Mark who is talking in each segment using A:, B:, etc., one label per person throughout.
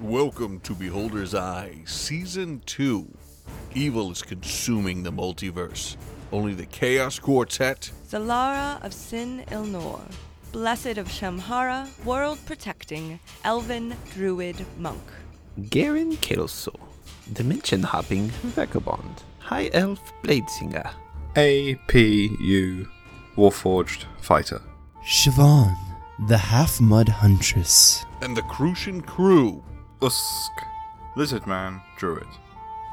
A: Welcome to Beholder's Eye, Season 2. Evil is consuming the multiverse. Only the Chaos Quartet.
B: Zalara of Sin Ilnor, Blessed of Shamhara, world protecting, elven druid monk.
C: Garen Kelso, Dimension Hopping Vagabond, High Elf Bladesinger,
D: APU Warforged Fighter.
E: Siobhan, the half mud huntress.
A: And the Crucian Crew.
D: Usk Lizard Man Druid.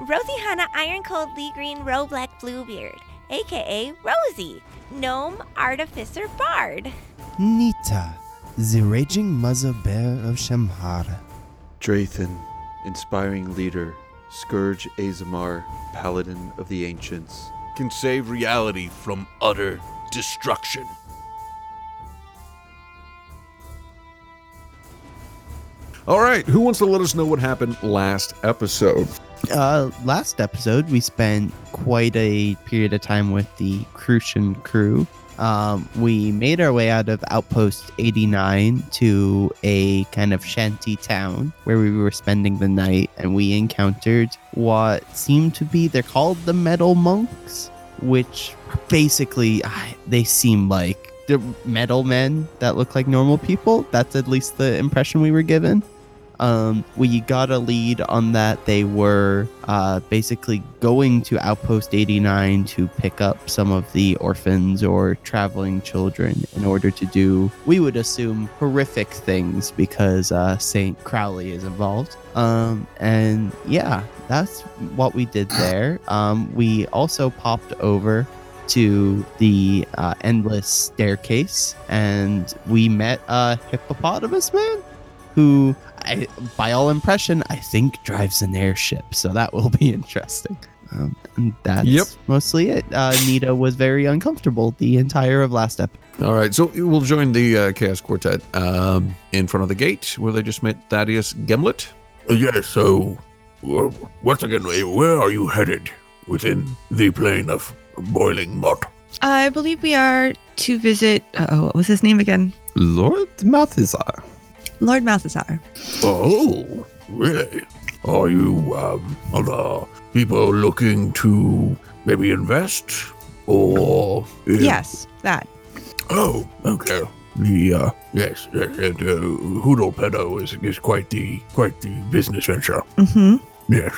F: Rosie Hanna Ironcold Lee Green Roblack Bluebeard, aka Rosie, Gnome Artificer Bard.
E: Nita, the raging mother bear of Shamhara.
G: Drathan, inspiring leader, Scourge Azamar, paladin of the ancients.
A: Can save reality from utter destruction.
H: All right, who wants to let us know what happened last episode?
E: Uh, last episode, we spent quite a period of time with the Crucian crew. Um, we made our way out of Outpost 89 to a kind of shanty town where we were spending the night, and we encountered what seemed to be they're called the Metal Monks, which are basically I- they seem like the metal men that look like normal people. That's at least the impression we were given um, we got a lead on that they were uh, basically going to Outpost 89 to pick up some of the orphans or traveling children in order to do, we would assume, horrific things because uh, St. Crowley is involved. Um, and yeah, that's what we did there. Um, we also popped over to the uh, endless staircase and we met a hippopotamus man who I, by all impression, I think drives an airship. So that will be interesting. Um, and that's
H: Yep.
E: mostly it. Uh, Nita was very uncomfortable the entire of last episode.
H: All right, so we'll join the uh, Chaos Quartet um, in front of the gate where they just met Thaddeus Gimlet.
I: Yeah, so uh, once again, uh, where are you headed within the plane of boiling mud?
J: I believe we are to visit. Oh, what was his name again?
C: Lord Malthazar,
J: Lord Malthazar.
I: Oh, really? Are you um, other people looking to maybe invest or?
J: Yes, that.
I: Oh, okay. The uh, yes, yes, and uh, Hoodle Pedo is is quite the quite the business venture.
J: hmm
I: Yes.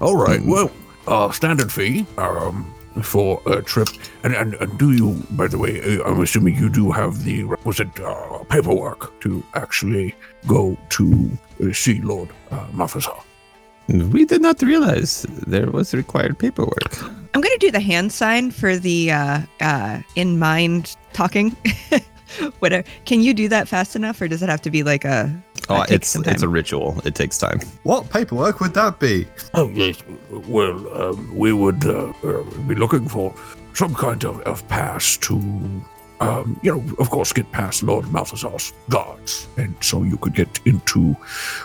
I: All right. Well, uh, standard fee um, for a trip. And, and, and do you, by the way, uh, I'm assuming you do have the requisite uh, paperwork to actually go to uh, see Lord uh, Mafasar.
C: we did not realize there was required paperwork.
J: I'm gonna do the hand sign for the uh, uh, in mind talking. Whatever. Can you do that fast enough, or does it have to be like a?
C: Oh,
J: That takes
C: it's
J: some
C: it's a
J: time.
C: ritual. It takes time.
D: What paperwork would that be?
I: Oh, yes. Well, um, we would uh, uh, be looking for some kind of, of pass to, um, you know, of course, get past Lord Malthazar's guards. And so you could get into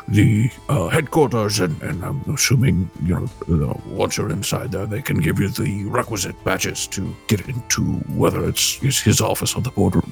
I: the uh, headquarters, and, and I'm assuming, you know, uh, once you're inside there, they can give you the requisite badges to get into whether it's, it's his office or the boardroom.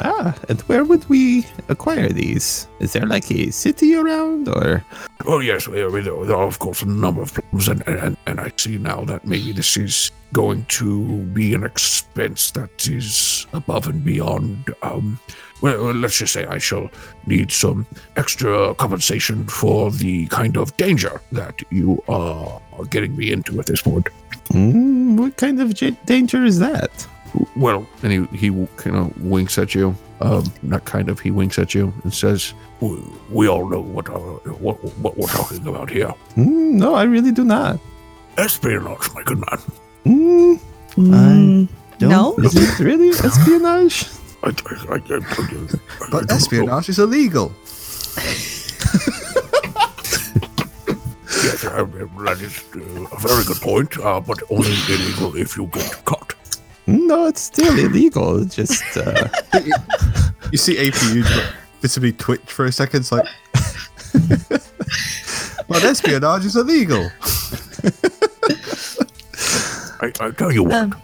C: Ah, and where would we acquire these? Is there like a city around, or
I: Oh yes, we, we, there are of course a number of problems, and, and and I see now that maybe this is going to be an expense that is above and beyond. Um, well, well, let's just say I shall need some extra compensation for the kind of danger that you are getting me into at this point.
C: Hmm, what kind of j- danger is that?
I: Well,
H: And he, he kind of winks at you. Um, not kind of, he winks at you and says,
I: we, we all know what, uh, what what we're talking about here.
C: Hmm, no, I really do not.
I: Espionage, my good man.
C: Hmm,
E: I don't
J: no.
C: is it really espionage?
I: I, I, I, I, I,
D: But espionage is illegal.
I: Yes, I, I- that is uh, a very good point, uh, but only illegal if you get caught.
C: No, it's still illegal. It's just uh,
D: You see APU like, visibly twitch for a second, it's like. but espionage is illegal.
I: I, I tell you what,
J: Um.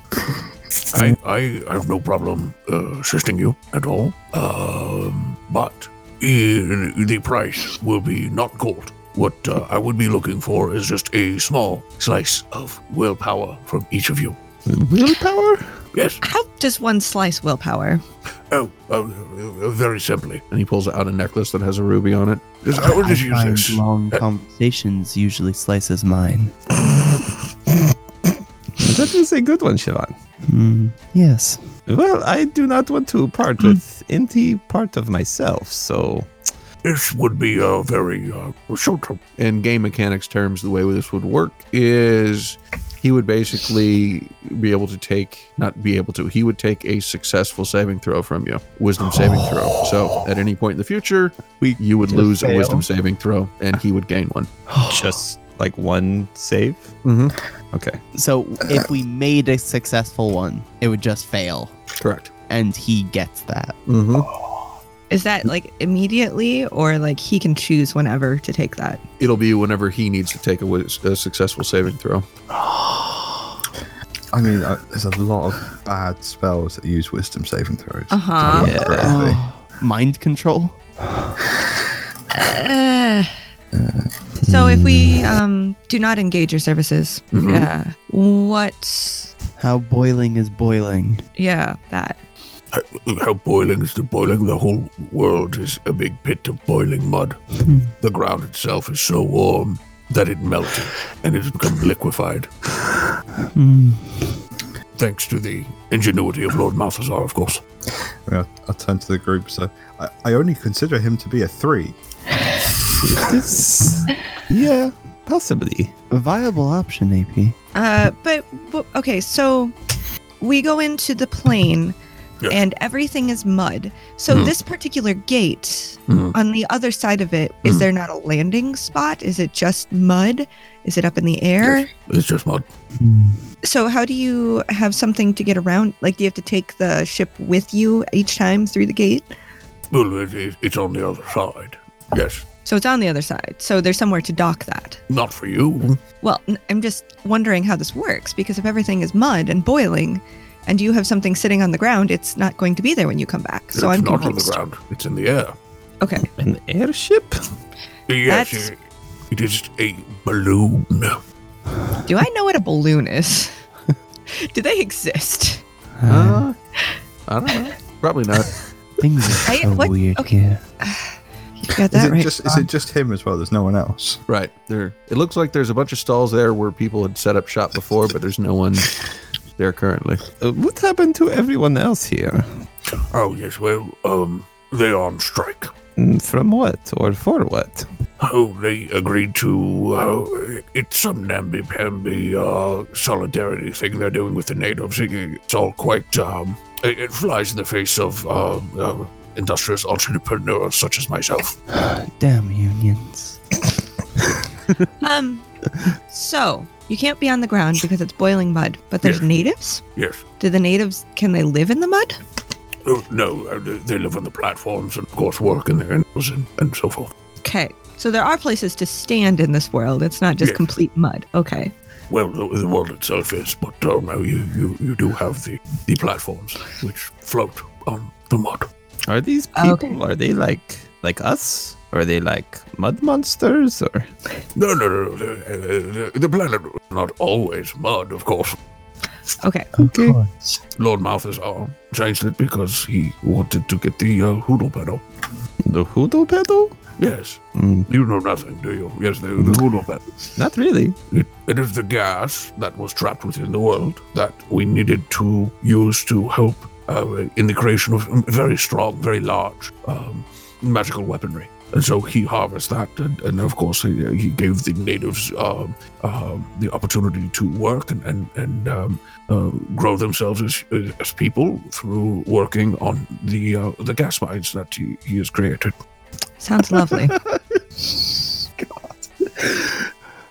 I: I, I have no problem uh, assisting you at all, um, but Eh, the price will be not gold. What uh, I would be looking for is just a small slice of willpower from each of you.
C: Willpower?
I: Yes.
J: How does one slice willpower?
I: Oh, oh, oh, very simply.
H: And he pulls out a necklace that has a ruby on it.
I: Yes, I will just
E: I
I: use
E: find
I: this.
E: Long conversations usually slices mine.
C: That is a good one, Siobhan.
E: Hmm, yes.
C: Well, I do not want to part with any part of myself, so
I: This would be a very uh, short term.
H: in game mechanics terms, the way this would work is he would basically be able to take, not be able to, he would take a successful saving throw from you, wisdom saving throw. So at any point in the future,
C: We
H: you would
C: just
H: lose a
C: fail.
H: wisdom saving throw and he would gain one.
C: just like one save.
H: Mm-hmm.
C: Okay,
E: So if we made a successful one, it would just fail,
H: Correct.
E: and he gets that.
H: Mm-hmm.
J: Is that like immediately or like he can choose whenever to take that?
H: It'll be whenever he needs to take a, wis- a successful saving throw.
D: I mean, uh, there's a lot of bad spells that use wisdom saving throws.
J: Uh huh.
E: Uh-huh.
D: Yeah. Correctly.
E: Mind control.
J: Uh, so if we um, do not engage your services,
C: Mm-hmm.
J: yeah, what?
E: How boiling is boiling.
J: Yeah, that.
I: How boiling is the boiling? The whole world is a big pit of boiling mud. the ground itself is so warm that it melted and it's become liquefied. Thanks to the ingenuity of Lord Malthazar, of course.
D: I mean, I, I turn to the group. So I, I only consider him to be a three.
C: this, yeah, possibly.
E: A viable option, AP.
J: Uh, but w- okay, so we go into the plane,
I: Yes.
J: and everything is mud. So this particular gate, on the other side of it, is there not a landing spot? Is it just mud? Is it up in the air?
I: It's just mud.
J: So how do you have something to get around? Like, do you have to take the ship with you each time through the gate?
I: Well, it, it, it's on the other side. Yes.
J: So it's on the other side. So there's somewhere to dock that.
I: Not for you.
J: Well, n- I'm just wondering how this works because if everything is mud and boiling, and you have something sitting on the ground, it's not going to be there when you come back. So
I: it's
J: I'm
I: not on the
J: confused.
I: ground. It's in the air.
J: Okay.
C: An airship?
I: Yes,
J: That's-
I: it- it is a balloon.
J: Do I know what a balloon is? do they exist?
H: Uh, I don't know. Probably not.
E: Things are
J: I-
E: so
J: what-
E: weird
J: okay.
E: here.
J: You got
D: Is
J: that
D: it
J: right.
D: just is it just him as well? There's no one else.
H: Right. There it looks like there's a bunch of stalls there where people had set up shop before, but there's no one there currently.
C: Uh, what happened to everyone else here?
I: Oh, yes. Well, um, they're on strike.
C: Mm, From what or for what?
I: Oh, they agreed to. Uh, it's some namby-pamby uh, solidarity thing they're doing with the natives. It's all quite. Um, it, it flies in the face of uh, uh, industrious entrepreneurs such as myself.
E: Damn unions.
J: Um, so you can't be on the ground because it's boiling mud, but there's
I: Yeah.
J: natives.
I: Yes.
J: Do the natives can they live in the mud?
I: Oh, no, uh, they they live on the platforms and, of course, work in their animals and, and so forth.
J: Okay. So there are places to stand in this world. It's not just
I: Yes.
J: complete mud. Okay.
I: Well, the, the world itself is, but uh, no, you, you, you do have the, the platforms which float on the mud.
C: Are these people?
J: Okay.
C: Are they like like us? Are they like mud monsters or?
I: No, no, no, no. The, the, the planet was not always mud, of course.
J: Okay.
C: Okay.
I: Lord Malthazar changed it because he wanted to get the uh, hoodle pedal.
C: The hoodoo pedal?
I: Yes,
C: Mm,
I: you know nothing, do you? Yes, the, the hoodle pedal.
C: not really.
I: It, it is the gas that was trapped within the world that we needed to use to help uh, in the creation of very strong, very large um, magical weaponry. And so he harvests that, and, and of course he, he gave the natives um, um, the opportunity to work and and, and um, uh, grow themselves as, as people through working on the uh, the gas mines that he, he has created.
J: Sounds lovely.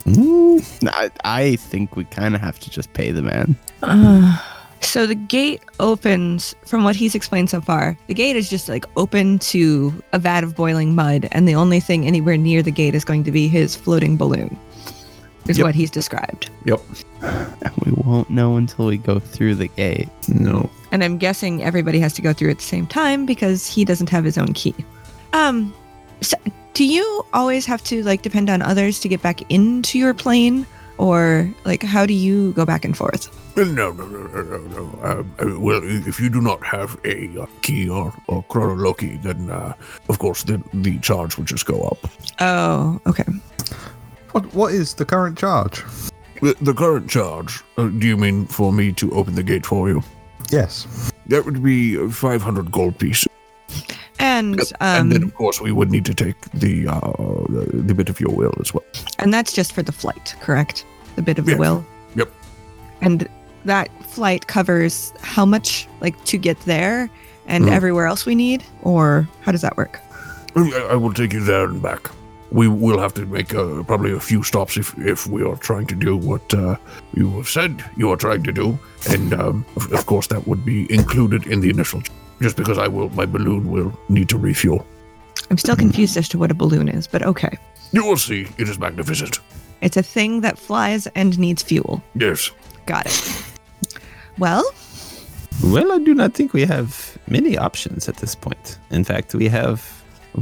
E: Mm, I, I think we kind of have to just pay the man.
J: Uh, so the gate opens from what he's explained so far. The gate is just like open to a vat of boiling mud, and the only thing anywhere near the gate is going to be his floating balloon. Is
H: Yep.
J: what he's described.
E: And we won't know until we go through the gate.
C: No.
J: And I'm guessing everybody has to go through at the same time because he doesn't have his own key. Um, so do you always have to like depend on others to get back into your plane, or like how do you go back and forth?
I: Well, No, no, no, no, no, no. Um, uh, well, i- if you do not have a uh, key or, or chronoloki, then uh, of course the, the charge would just go up.
J: Oh, okay.
D: What, what is the current charge?
I: The, the current charge, uh, do you mean for me to open the gate for you?
D: Yes.
I: That would be uh, 500 gold pieces.
J: And um,
I: and then, of course, we would need to take the, uh, the, the bit of your will as well.
J: and that's just for the flight, correct? The bit of the
I: Yes.
J: will.
I: Yep.
J: And that flight covers how much, like, to get there and
I: Mhm.
J: everywhere else we need, or how does that work?
I: I I will take you there and back. We will have to make uh, probably a few stops if, if we are trying to do what uh, you have said you are trying to do, and um, of, of course that would be included in the initial. ch- Just because I will, my balloon will need to refuel.
J: I'm still confused as to what a balloon is, but okay.
I: You will see. It is magnificent.
J: It's a thing that flies and needs fuel.
I: Yes.
J: Got it. Well,
C: Well, I do not think we have many options at this point. In fact, we have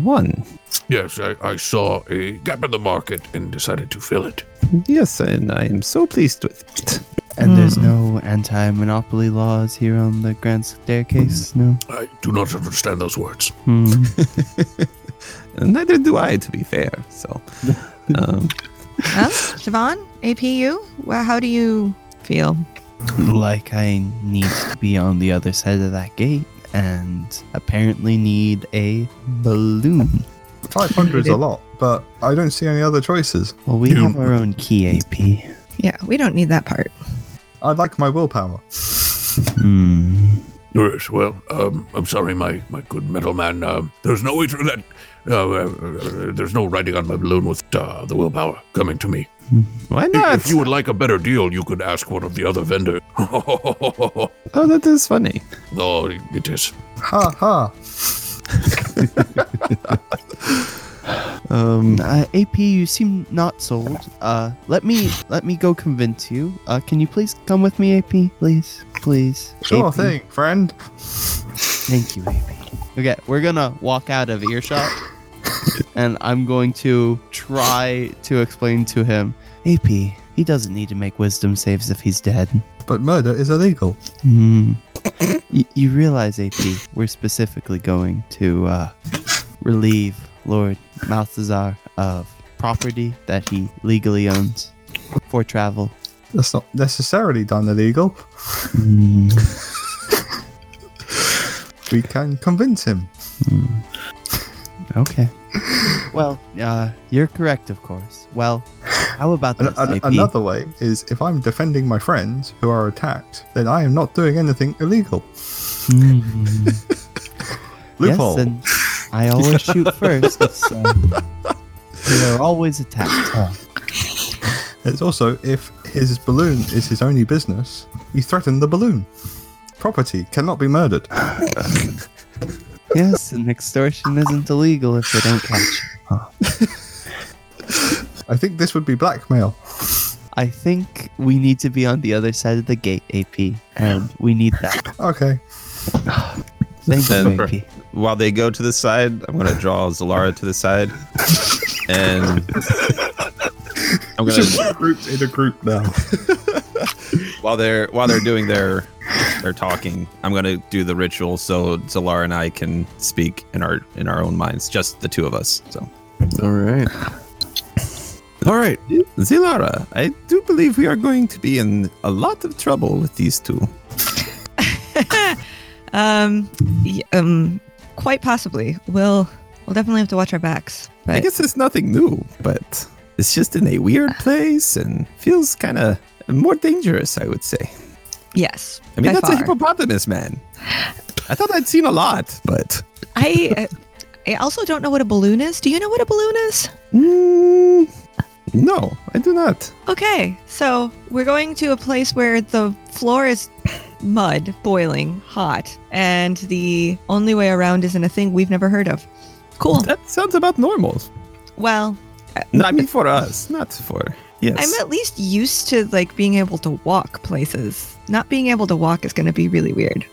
C: one.
I: Yes, I, I saw a gap in the market and decided to fill it.
C: Yes, and I am so pleased with it.
E: And
J: Hmm.
E: there's no anti monopoly laws here on the Grand Staircase? No.
I: I do not understand those words.
E: Hmm.
C: Neither do I, to be fair. So, um,
J: well Siobhan, APU, well, how do you feel?
E: like I need to be on the other side of that gate and apparently need a balloon.
D: 500 is a lot, but I don't see any other choices.
E: Well, we have our own key AP.
J: Yeah, we don't need that part.
D: I'd like my willpower.
E: Hmm.
I: Yes, well, um, I'm sorry, my, my good metal man. Um, there's no way through that. Uh, uh, uh, there's no riding on my balloon with uh, the willpower coming to me.
C: why
I: I-
C: not?
I: If you would like a better deal, you could ask one of the other vendors. oh,
C: Oh, that is funny.
I: it is.
D: Ha ha.
C: Um,
E: Uh, AP, you seem not sold. Uh, let me let me go convince you. Uh, can you please come with me, AP? Please, please.
D: Sure
E: AP.
D: thing, friend.
E: Thank you, AP. Okay, we're gonna walk out of earshot, and I'm going to try to explain to him. AP, he doesn't need to make wisdom saves if he's dead.
D: But murder is illegal.
E: Hmm. Y- you realize, AP, we're specifically going to uh, relieve Lord Malthazar of property that he legally owns for travel.
D: That's not necessarily done illegal.
E: Hmm.
D: We can convince him.
E: Okay. Well, uh, you're correct, of course. Well, how about
D: An-
E: this,
D: an-
E: AP?
D: another way is if I'm defending my friends who are attacked, then I am not doing anything illegal.
E: Hmm.
D: Loophole.
E: Yes, and I always shoot first, so they're always attacked.
D: It's also if his balloon is his only business, you threaten the balloon. Property cannot be murdered.
E: Yes, and extortion isn't illegal if they don't catch you.
D: I think this would be blackmail.
E: I think we need to be on the other side of the gate, AP, and we need that.
D: Okay.
E: Thank you,
C: Then-
E: AP.
C: while they go to the side, I'm going to draw Zalara to the side, and I'm going to
D: grouped in a group now.
C: while they're while they're doing their their talking, I'm going to do the ritual so Zalara and I can speak in our in our own minds, just the two of us. So.
G: All right.
C: All right, Zilara, I do believe we are going to be in a lot of trouble with these two.
J: Um, y- um, quite possibly. We'll we'll definitely have to watch our backs.
C: I
J: But
C: guess it's nothing new, but it's just in a weird
J: Uh.
C: place and feels kind of more dangerous, I would say.
J: yes,
C: I
J: by
C: mean, that's a
J: far.
C: hippopotamus, man. I thought I'd seen a lot, but
J: I uh, I also don't know what a balloon is. Do you know what a balloon is?
C: mm, no, I do not.
J: Okay, so we're going to a place where the floor is mud, boiling, hot, and the only way around is in a thing we've never heard of. Cool.
C: That sounds about normal.
J: Well,
C: No, I mean for us, not for yes.
J: I'm at least used to like being able to walk places. Not being able to walk is going to be really weird.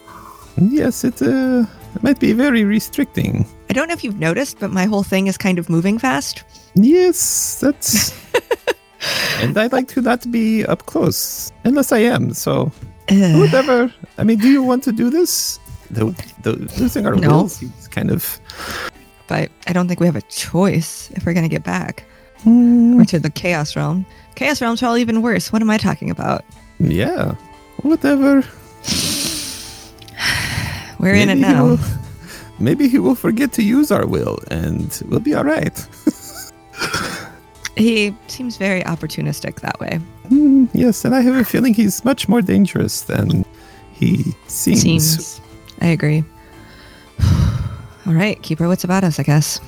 C: yes, it uh, might be very restricting.
J: I don't know if you've noticed, but my whole thing is kind of moving fast.
C: Yes, that's. and I'd like to not be up close, unless I am. So, whatever. I mean, do you want to do this? The, the losing our
J: No.
C: will seems kind of.
J: But I don't think we have a choice if we're going to get back. Or to the Chaos Realm. Chaos Realm's probably even worse. What am I talking about?
C: Yeah, whatever.
J: We're in it
C: Maybe he
J: now.
C: will- maybe he will forget to use our will, and we'll be all right.
J: He seems very opportunistic that way.
C: Hmm, yes, and I have a feeling he's much more dangerous than he seems.
J: Seems. I agree. All right, keep our wits about us, I guess.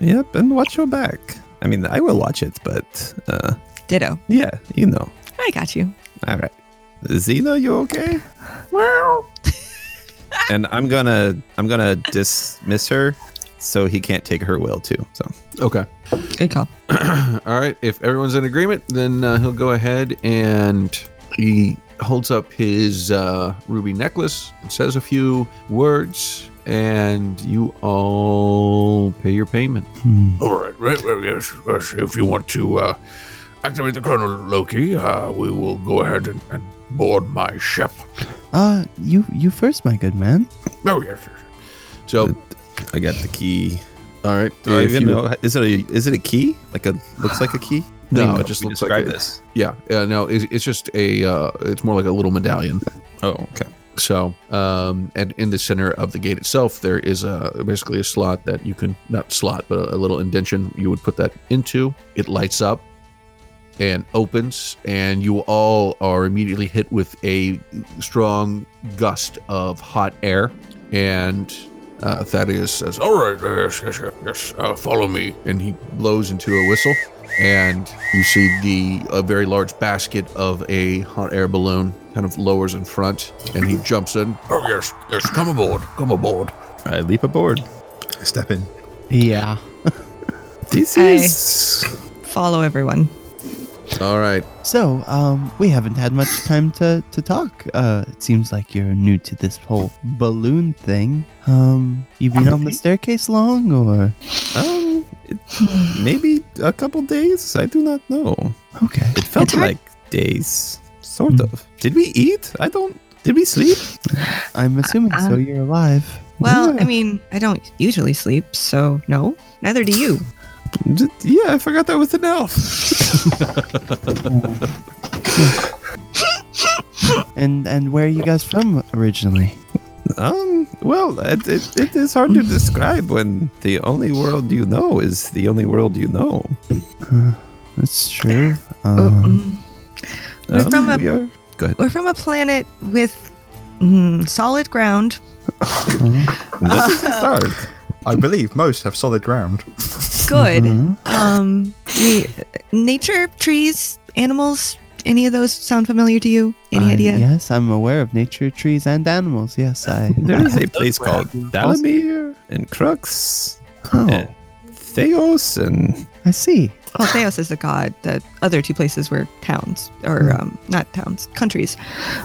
C: Yep, and watch your back. I mean, I will watch it, but uh,
J: Ditto.
C: yeah, you know.
J: I got you.
C: All right, Zena, you okay? and I'm gonna I'm gonna dismiss her, so he can't take her will too. So
A: Okay.
J: Good call.
A: All right. If everyone's in agreement, then uh, he'll go ahead and he holds up his uh, ruby necklace, and says a few words, and you all pay your payment.
I: All right, right, right, yes, yes. If you want to uh, activate the Colonel Loki, uh, we will go ahead and, and board my ship.
E: Uh, you you first, my good man.
I: Oh, yes, yes.
A: So,
C: I got the key.
A: all right.
C: Do I
A: if
C: even
A: you-
C: know? Is it a is it a key? Like a looks like a key?
A: No,
C: I mean,
A: it just
C: we
A: looks like
C: describe
A: a-
C: this.
A: Yeah. Uh, no, it's, it's just a. Uh, it's more like a little medallion.
C: Oh, okay.
A: So, um, and in the center of the gate itself, there is a basically a slot that you can not slot, but a, a little indention you would put that into. It lights up and opens, and you all are immediately hit with a strong gust of hot air. And uh, Thaddeus says,
I: All right, yes, yes, yes, yes. Uh, follow me.
A: and he blows into a whistle and you see the a very large basket of a hot air balloon kind of lowers in front and he jumps in
I: Oh, yes, yes. Come aboard. Come aboard.
C: I leap aboard.
D: Step in.
E: Yeah.
C: This
J: Hey.
C: is
J: Follow everyone.
A: all right
E: So, um, we haven't had much time to to talk. Uh, it seems like you're new to this whole balloon thing. Um, you been on the staircase long, or
C: um, it, maybe a couple days. I do not know.
E: okay?
C: It felt
J: It's hard-
C: like days, sort of. Did we eat? I don't. Did we sleep?
E: I'm assuming so.
J: Um,
E: You're alive.
J: Well, I mean, I don't usually sleep, so no. Neither do you.
C: D- Yeah, I forgot that was an elf.
E: And and where are you guys from originally?
C: Um. Well, it, it, it is hard to describe when the only world you know is the only world you know.
E: That's true. Um,
J: We're
C: Um,
J: from a-
C: we are- Go ahead.
J: We're from a planet with mm, solid ground.
C: This is hard.
D: I believe most have solid ground.
J: Good. Um, we, nature, trees, animals. Any of those sound familiar to you? Any
E: I-
J: idea?
E: Yes, I'm aware of nature, trees, and animals. Yes, I.
C: There is a place called Dalamir and Crux and Theos and
E: I see.
J: Well, Theos is the god. The other two places were towns, or um, not towns, countries.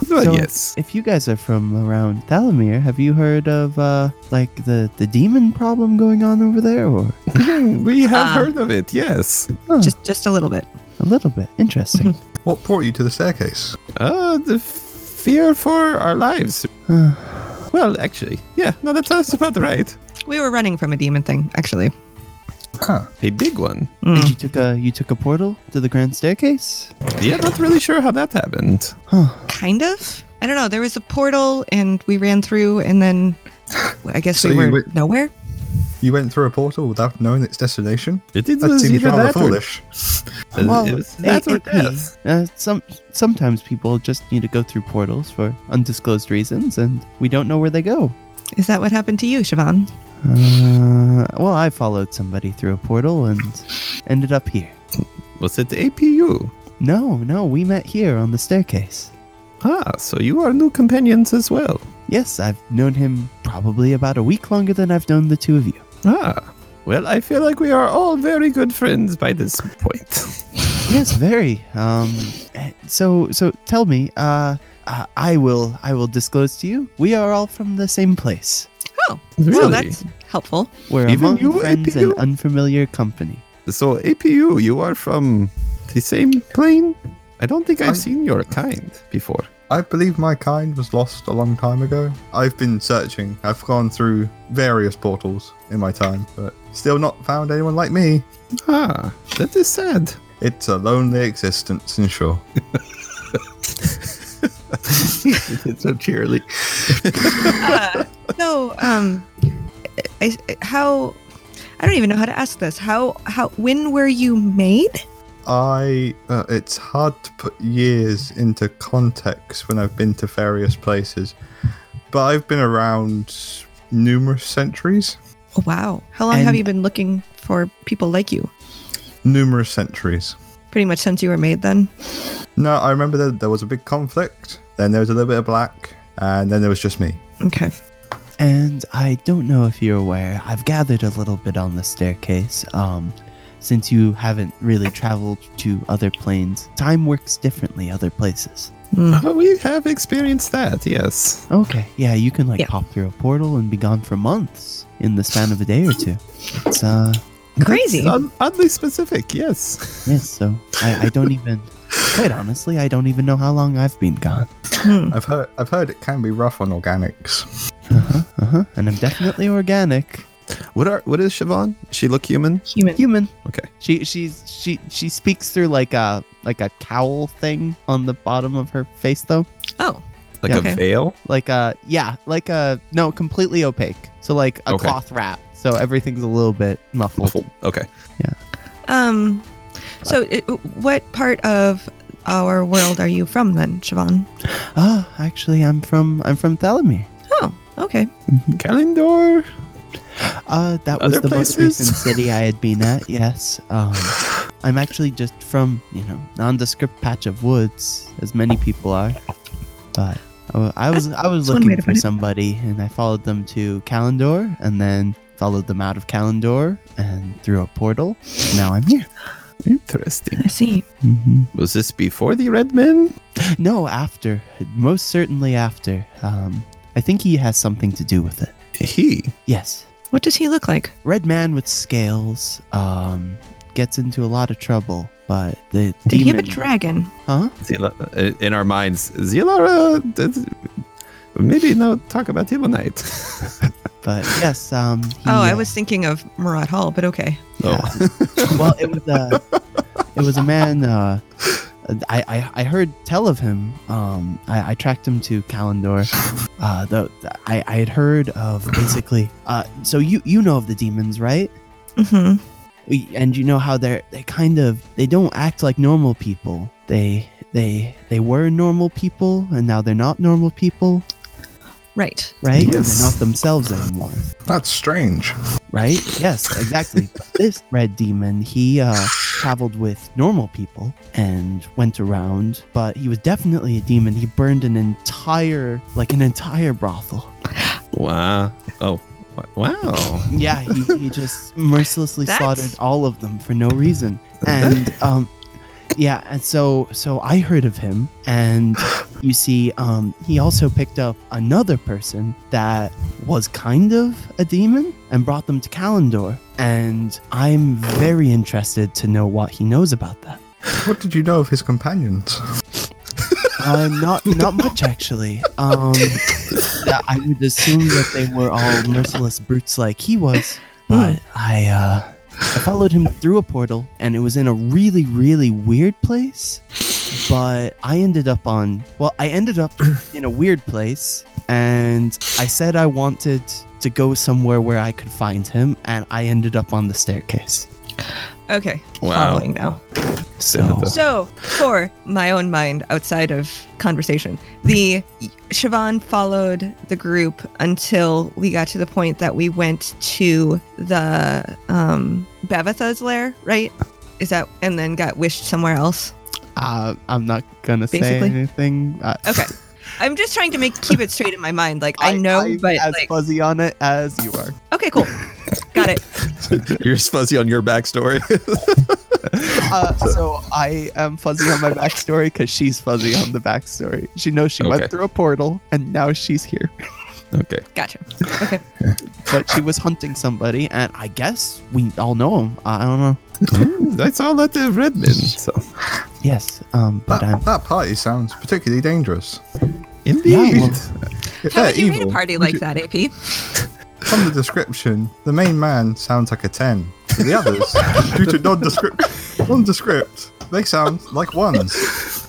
C: well,
E: So-
C: Uh, yes.
E: If you guys are from around Thalamir, have you heard of uh, like the the demon problem going on over there, or
C: Mm, We have
J: Uh,
C: heard of it, yes.
J: Just, just a little bit.
E: a little bit interesting?
D: What brought you to the staircase?
C: Uh, the f- fear for our lives. well, actually, yeah, no, that sounds about right.
J: We were running from a demon thing, actually.
C: A big one.
J: Hmm.
E: And you took a you took a portal to the grand staircase.
C: Yeah, not really sure how that happened.
J: Kind of. I don't know. There was a portal, and we ran through, and then I guess
D: So
J: we
D: you
J: were
D: went-
J: nowhere.
D: You went through a portal without knowing its destination?
C: It, it
D: That
C: was
D: seems
C: either
D: rather
C: that or,
D: foolish.
C: it- it was that or
E: it- it-
C: death.
E: Uh, some sometimes people just need to go through portals for undisclosed reasons, and we don't know where they go.
J: Is that what happened to you, Siobhan?
E: Uh, well, I followed somebody through a portal and ended up here.
C: Was it APU?
E: No, no, we met here on the staircase.
C: Ah, so you are new companions as well.
E: Yes, I've known him probably about a week longer than I've known the two of you.
C: Ah, well, I feel like we are all very good friends by this point.
E: Yes, very. Um, so, so tell me. Uh, uh, I will, I will disclose to you. We are all from the same place.
J: Oh, well,
C: Really?
J: that's helpful.
E: We're
C: Even
E: among
C: you,
E: friends and unfamiliar company.
C: So APU, you are from the same plane? I don't think I've seen your kind before.
D: I believe my kind was lost a long time ago. I've been searching. I've gone through various portals in my time, but still not found anyone like me.
C: Ah, that is sad.
D: It's a lonely existence, and sure.
C: it's so cheerily.
J: So, um, I, I- how I don't even know how to ask this. How how when were you made?
D: I. Uh, it's hard to put years into context when I've been to various places, but I've been around numerous centuries.
J: Oh wow! How long have
E: And-
J: you been looking for people like you?
D: Numerous centuries.
J: Pretty much since you were made, then.
D: No, I remember that there was a big conflict. Then there was a little bit of black, and then there was just me.
J: Okay.
E: And I don't know if you're aware, I've gathered a little bit on the staircase. Um, since you haven't really traveled to other planes, time works differently other places.
C: we have experienced that, yes.
E: Okay, yeah, you can like
J: Yeah.
E: pop through a portal and be gone for months in the span of a day or two. It's uh,
J: Crazy.
C: Um, oddly specific, yes.
E: yes. So I, I don't even, quite honestly, I don't even know how long I've been gone.
D: I've heard. I've heard it can be rough on organics.
E: Uh huh. And I'm definitely organic.
C: What are what is Siobhan? She look human?
J: Human.
E: human.
C: Okay.
E: She she's she she speaks through like a like a cowl thing on the bottom of her face though.
J: Oh,
C: Like
J: Yeah.
C: a
J: Okay.
C: veil?
E: Like a yeah, like a no, completely opaque. So like a
C: Okay.
E: cloth wrap. So everything's a little bit muffled.
C: Okay.
J: Um, so it, what part of our world are you from then, Siobhan?
E: Ah, actually I'm from I'm from Thalamir.
J: Oh, okay.
C: Kalendor?
E: Uh that
C: Other
E: was the most
C: places?
E: recent city I had been at, yes. Um I'm actually just from, you know, nondescript patch of woods, as many people are. But I wa- I was I was
J: That's one way
E: looking
J: to
E: for
J: put it.
E: somebody, and I followed them to Kalendor, and then followed them out of Kalendor and through a portal. Now I'm here.
C: Interesting.
J: I see.
E: Mm-hmm.
C: Was this before the red men?
E: No, after most certainly after. Um, I think he has something to do with it.
C: He.
E: Yes,
J: What does he look like?
E: red man with scales. Um, gets into a lot of trouble, but the
J: Did he have a
E: demon-
J: dragon?
E: Huh?
C: Zila, uh, in our minds, Zilara. that's- Maybe now talk about Hilonite.
E: But yes, um. He,
J: Oh, I
E: uh,
J: was thinking of Marat Hall, but okay.
E: Yeah. well, it was a, it was a man. Uh, I, I I heard tell of him. Um, I, I tracked him to Kalendor. Uh, the, the- I I had heard of basically. Uh, so you you know of the demons, right?
J: hmm
E: And you know how they're they kind of they don't act like normal people. They they they were normal people, and now they're not normal people,
J: Right.
E: right?
C: Yes.
E: They're not themselves anymore.
D: That's strange.
E: right? Yes, exactly. But this red demon, he uh, traveled with normal people and went around, but he was definitely a demon. He burned an entire, like an entire brothel.
C: wow. Oh, wa- wow.
E: Yeah, he, he just mercilessly
J: That's-
E: slaughtered all of them for no reason. And um, yeah, and so so I heard of him, and you see, um, he also picked up another person that was kind of a demon and brought them to Kalendor. And I'm very interested to know what he knows about that.
D: What did you know of his companions?
E: Uh, not not much actually. Um, yeah, I would assume that they were all merciless brutes like he was,
J: Hmm.
E: but I uh, I followed him through a portal, and it was in a really really weird place. But I ended up on well, I ended up in a weird place, and I said I wanted to go somewhere where I could find him, and I ended up on the staircase.
J: Okay.
C: Wow.
J: Following now.
E: So
J: So, for my own mind, outside of conversation, the Siobhan followed the group until we got to the point that we went to the um, Bevatha's lair, right? Is that and then got wished somewhere else?
E: uh, I'm not gonna
J: Basically.
E: say anything. Uh,
J: Okay. I'm just trying to make keep it straight in my mind. Like I, know,
E: I'm
J: but
E: as
J: like
E: fuzzy on it as you are.
J: okay, cool, got it.
C: You're fuzzy on your backstory.
E: Uh, so I am fuzzy on my backstory because she's fuzzy on the backstory. She knows she
C: Okay.
E: went through a portal and now she's here.
C: Okay.
J: Gotcha. Okay.
E: But she was hunting somebody, and I guess we all know him. I I don't know.
C: That's all Hmm, that the Redman. So
E: Yes, um, but I'm.
D: That, that party sounds particularly dangerous.
E: Indeed.
J: How
D: They're
J: would you rate a
D: evil.
J: party like that, AP?
D: From the description, the main man sounds like a 10. To the others, due to nondescript, nondescript, they sound like ones.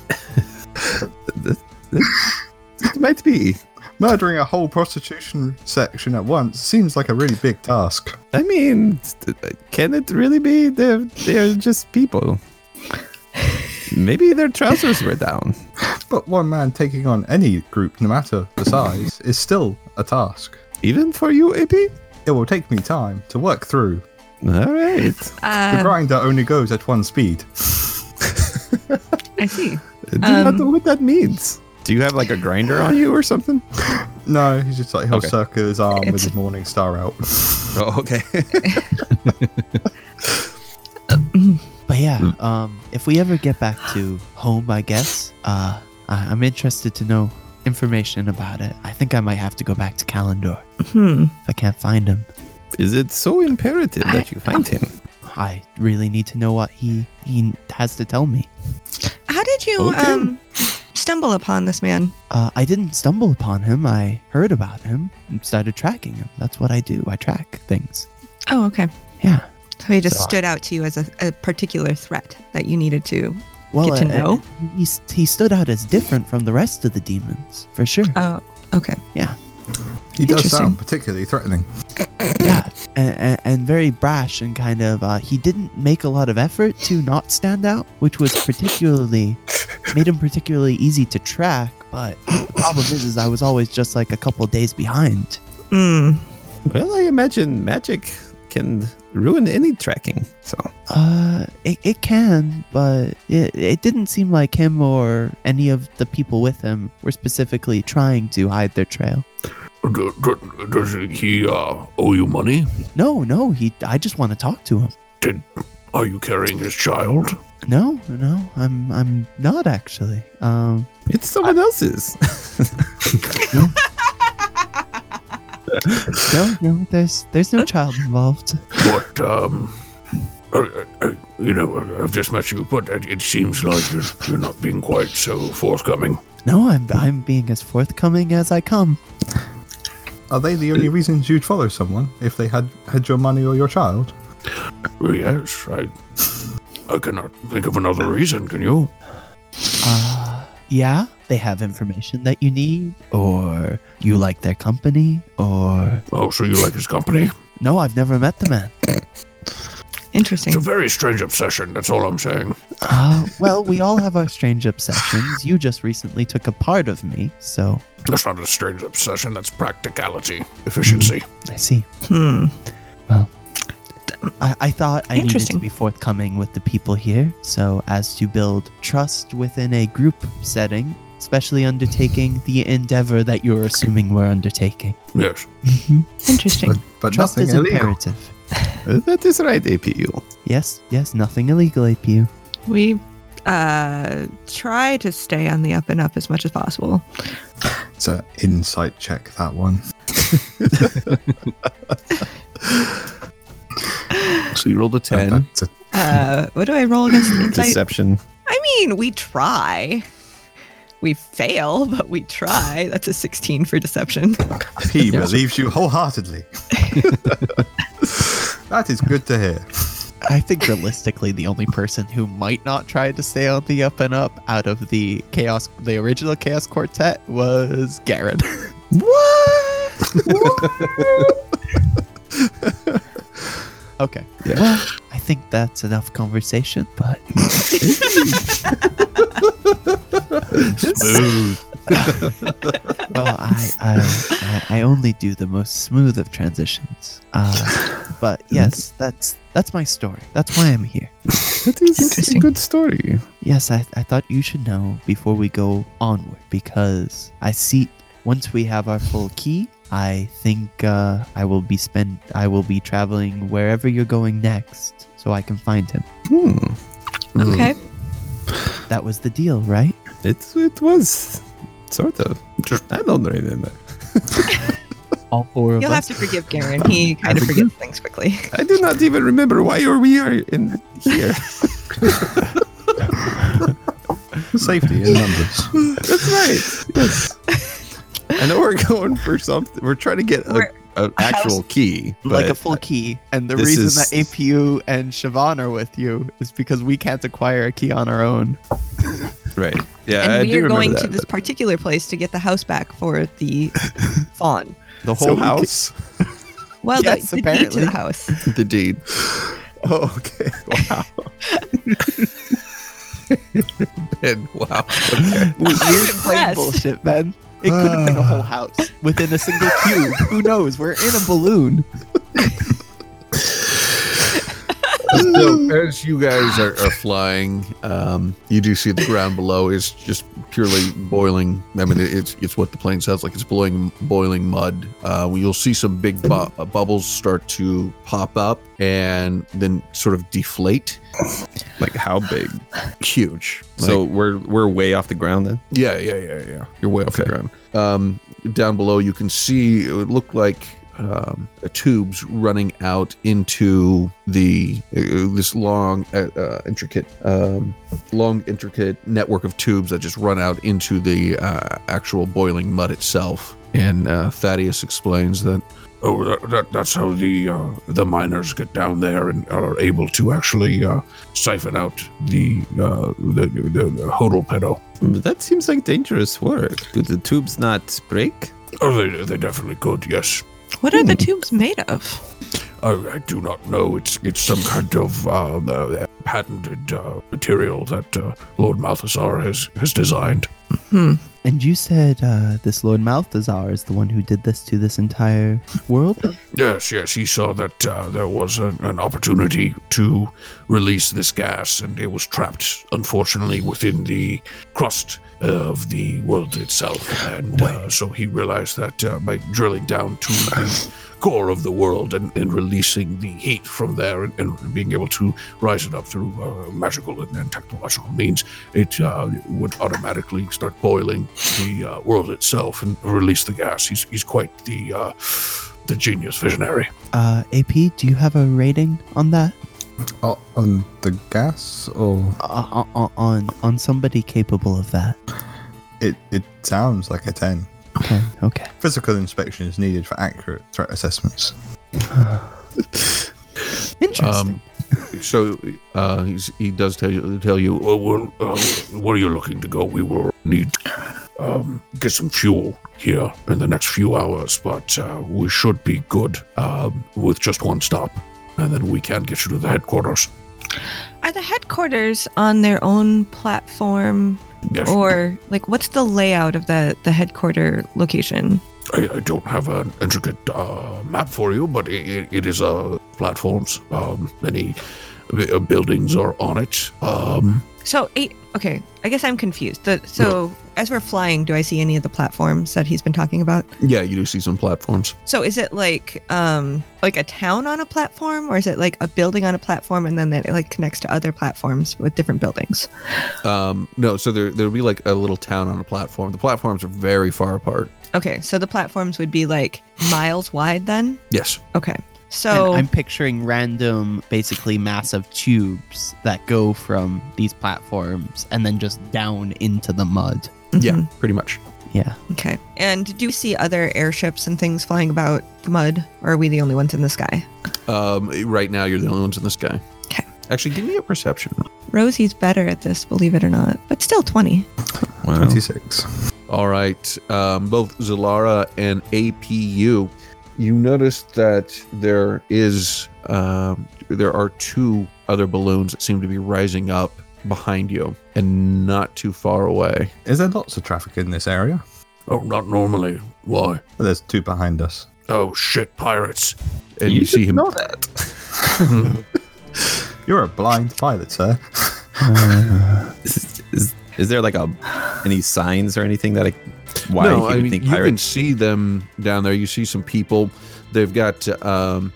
C: it might be.
D: Murdering a whole prostitution section at once seems like a really big task.
C: I mean, uh, can it really be? They're they're just people. Maybe their trousers were down.
D: But one man taking on any group, no matter the size, is still a task.
C: Even for you, AP.
D: It will take me time to work through.
C: All right.
H: Um.
D: The
J: Uh,
D: grinder only goes at one speed.
J: I see.
C: Do
E: Um,
C: not know what that means. Do you have like a grinder on you or something?
D: No, he's just like he'll
C: Okay.
D: circle his arm with
J: It's-
D: his morning star out.
C: Oh, okay.
E: But yeah, um, if we ever get back to home, I guess uh, I- I'm interested to know information about it. I think I might have to go back to Kalendor
J: Hmm.
E: if I can't find him.
C: Is it so imperative that you find him?
E: I really need to know what he he has to tell me.
J: How did you
C: Okay.
J: um stumble upon this man?
E: Uh, I didn't stumble upon him. I heard about him and started tracking him. That's what I do. I track things.
J: Oh, okay.
E: Yeah.
J: So he just
E: So-
J: stood out to you as a, a particular threat that you needed to.
E: Well,
J: Good to
E: uh,
J: know.
E: He, s- he stood out as different from the rest of the demons, for sure.
J: Oh, okay.
E: yeah.
D: He does
J: Interesting.
D: sound particularly threatening.
E: yeah, and, and, and very brash and kind of. Uh, he didn't make a lot of effort to not stand out, which was particularly made him particularly easy to track. But the problem is, is I was always just like a couple days behind.
J: Mm.
C: Well, I imagine magic can ruin any tracking. So
E: Uh, it, it can, but it, it didn't seem like him or any of the people with him were specifically trying to hide their trail.
I: D- d- does he uh, owe you money?
E: No, no, he. I just want to talk to him.
I: Did, are you carrying his child?
E: No, no, I'm I'm not actually. Um,
C: it's someone else's.
E: no, no, there's there's no child involved.
I: What, um. I, I, I- you know, I've just met you, but it, it seems like you're, you're not being quite so forthcoming.
E: No, I'm I'm being as forthcoming as I come.
D: Are they the only reasons you'd follow someone if they had had your money or your child?
I: Yes, I. I cannot think of another reason, can you?
E: Uh, yeah, they have information that you need, or you like their company, or
I: Oh, so you like his company?
E: no, I've never met the man.
I: It's a
J: Interesting.
I: very strange obsession, that's all I'm saying.
E: Uh, well, we all have our strange obsessions. You just recently took a part of me, so
I: That's not a strange obsession, that's practicality, efficiency.
E: I see.
J: Hmm.
E: I, I thought I needed to
J: Interesting.
E: be forthcoming with the people here, so as to build trust within a group setting, especially undertaking the endeavor that you're assuming we're undertaking.
I: Yes.
J: Interesting.
D: But
E: Trust
D: nothing
E: is
D: illegal.
E: imperative.
C: that is right, APU.
E: Yes, yes, nothing illegal, APU.
J: We uh try to stay on the up and up as much as possible.
D: It's an insight check, that one.
H: So you rolled a ten.
D: That's a-
J: Uh, what do I roll against? Insight?
C: Deception.
J: I mean, we try. We fail, but we try. That's a 16 for deception.
D: he believes you wholeheartedly. that is good to hear.
E: I think realistically, the only person who might not try to stay on the up and up out of the chaos, the original chaos quartet, was Garen. What? okay.
C: Yeah.
E: Well, I think that's enough conversation. But well, I I, I I only do the most smooth of transitions. Uh, but yes, that's that's my story. That's why I'm here.
C: That is a
J: Interesting.
C: good story.
E: Yes, I, I thought you should know before we go onward because I see once we have our full key, I think uh, I will be spend I will be traveling wherever you're going next so I can find him.
C: Hmm.
J: Okay.
E: That was the deal, right?
C: It it was sort of. I don't remember.
E: all four of
H: You'll have
E: us.
H: to forgive Garen. He kind of forgets things quickly.
C: I do not even remember why are we are in here.
D: Safety in numbers.
C: That's right. Yes. I know we're going for something. We're trying to get a,
H: We're-
C: an actual key,
E: like a
C: but
E: full key. And the
C: this
E: reason
C: is-
E: that APU and Siobhan are with you is because we can't acquire a key on our own.
C: right. Yeah, I
H: and
C: do
H: we are
C: remember
H: going
C: that.
H: to this particular place to get the house back for the fawn.
C: the
D: So
C: whole
D: we can-
C: house,
H: Well, the-
E: Yes,
H: the, deed to
E: apparently.
H: the house.
C: the deed.
D: Oh, okay.
C: And wow,
E: You're playing
H: impressed.
E: bullshit, man. It could have been a whole house within a single cube. Who knows? We're in a balloon.
A: So as you guys are, are flying, um, you do see the ground below is just purely boiling. I mean, it's it's what the plane sounds like. It's blowing boiling mud. Uh, you'll see some big bu- uh, bubbles start to pop up and then sort of deflate.
C: like how big?
A: Huge.
C: so we're we're way off the ground then.
A: Yeah, yeah, yeah, yeah. You're way off the ground. Um, down below, you can see it would look like um, uh, tubes running out into the uh, this long, uh, uh, intricate, um, long, intricate network of tubes that just run out into the uh, actual boiling mud itself. And uh, Thaddeus explains that
I: Oh, that, that, that's how the uh, the miners get down there and are able to actually uh, siphon out the uh, the, the, the hodl pedo.
C: That seems like dangerous work. Do the tubes not break?
I: Oh, they, they definitely could. Yes,
H: What are the tubes made of?
I: I, I do not know. It's it's some kind of uh, uh, patented uh, material that uh, Lord Malthazar has has designed.
E: And you said uh, this Lord Malthazar is the one who did this to this entire world?
I: Yes, yes, he saw that uh, there was an, an opportunity to release this gas, and it was trapped, unfortunately, within the crust of the world itself. And uh, so he realized that uh, by drilling down to the core of the world and, and releasing the heat from there and, and being able to rise it up through uh, magical and, and technological means, it uh, would automatically start boiling the uh, world itself and release the gas. He's, he's quite the. Uh, the genius visionary.
E: Uh, AP, do you have a rating on that?
D: O- Uh, on the gas, or
E: Uh, on, on on somebody capable of that?
D: it, it sounds like a 10.
E: Okay. Okay.
D: Physical inspection is needed for accurate threat assessments.
E: Interesting.
A: so uh, he's, he does tell you tell you
I: Well, well uh, where are you looking to go? We will need um, get some fuel here in the next few hours, but uh, we should be good um, with just one stop, and then we can get you to the headquarters.
H: Are the headquarters on their own platform,
I: Yes,
H: or like what's the layout of the the headquarter location?
I: I, I don't have an intricate uh, map for you, but it, it, it is uh, platforms. Um, many uh, buildings are on it. Um,
H: So eight. Okay, I guess I'm confused. The, so as we're flying, do I see any of the platforms that he's been talking about?
A: yeah you do see some platforms
H: So is it like um like a town on a platform, or is it like a building on a platform, and then it like connects to other platforms with different buildings?
A: Um, no, so there there'll be like a little town on a platform. The platforms are very far apart.
H: Okay, so the platforms would be like miles wide then.
A: Yes.
H: Okay,
E: And
H: so
E: I'm picturing random, basically massive tubes that go from these platforms and then just down into the mud.
A: Yeah, pretty much.
E: Yeah.
H: Okay. And do you see other airships and things flying about the mud, or are we the only ones in the sky?
A: Um, right now you're the only ones in the sky.
H: 'Kay.
A: Actually, give me a perception.
H: Rosie's better at this, believe it or not, but still 20.
C: Wow.
D: 26.
A: All right. Um, both Zalara and APU, you notice that there is um, there are two other balloons that seem to be rising up behind you and not too far away.
D: Is there lots of traffic in this area?
I: oh, not normally. Why?
D: Well, there's two behind us.
I: Oh shit, pirates!
A: And you, see him.
C: that.
D: You're a blind pilot, sir.
C: Is, is, is there like a any signs or anything that I why
A: no,
C: he
A: I
C: would
A: mean
C: think
A: you can
C: pirates?
A: see them down there. You see some people. They've got um,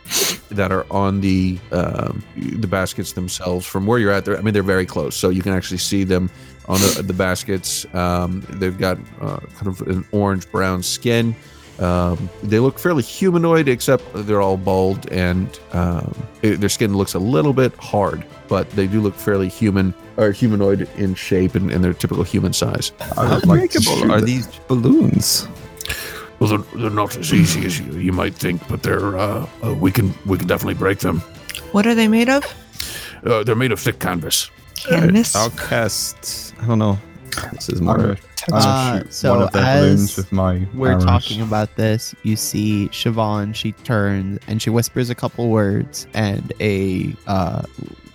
A: that are on the um, the baskets themselves. From where you're at, there, I mean, they're very close, so you can actually see them on the, the baskets. Um, they've got uh, kind of an orange brown skin, Um, they look fairly humanoid, except they're all bald and um, it- their skin looks a little bit hard, but they do look fairly human or humanoid in shape and, and their typical human size.
D: I would
C: How
D: like to
C: breakable
D: shoot
C: are
D: it.
C: these balloons?
I: Well, they're, they're not as easy as you, you might think, but they're uh, uh, we can we can definitely break them.
J: What are they made of?
I: Uh, they're made of thick canvas.
J: Canvas.
C: I'll cast. I don't know. This is
D: I'm gonna
C: more.
D: attempt to
E: Uh,
D: shoot
E: so
D: one of their
E: as
D: balloons with my
E: We're
D: arrows.
E: talking about this. You see Siobhan, she turns and she whispers a couple words, and a uh,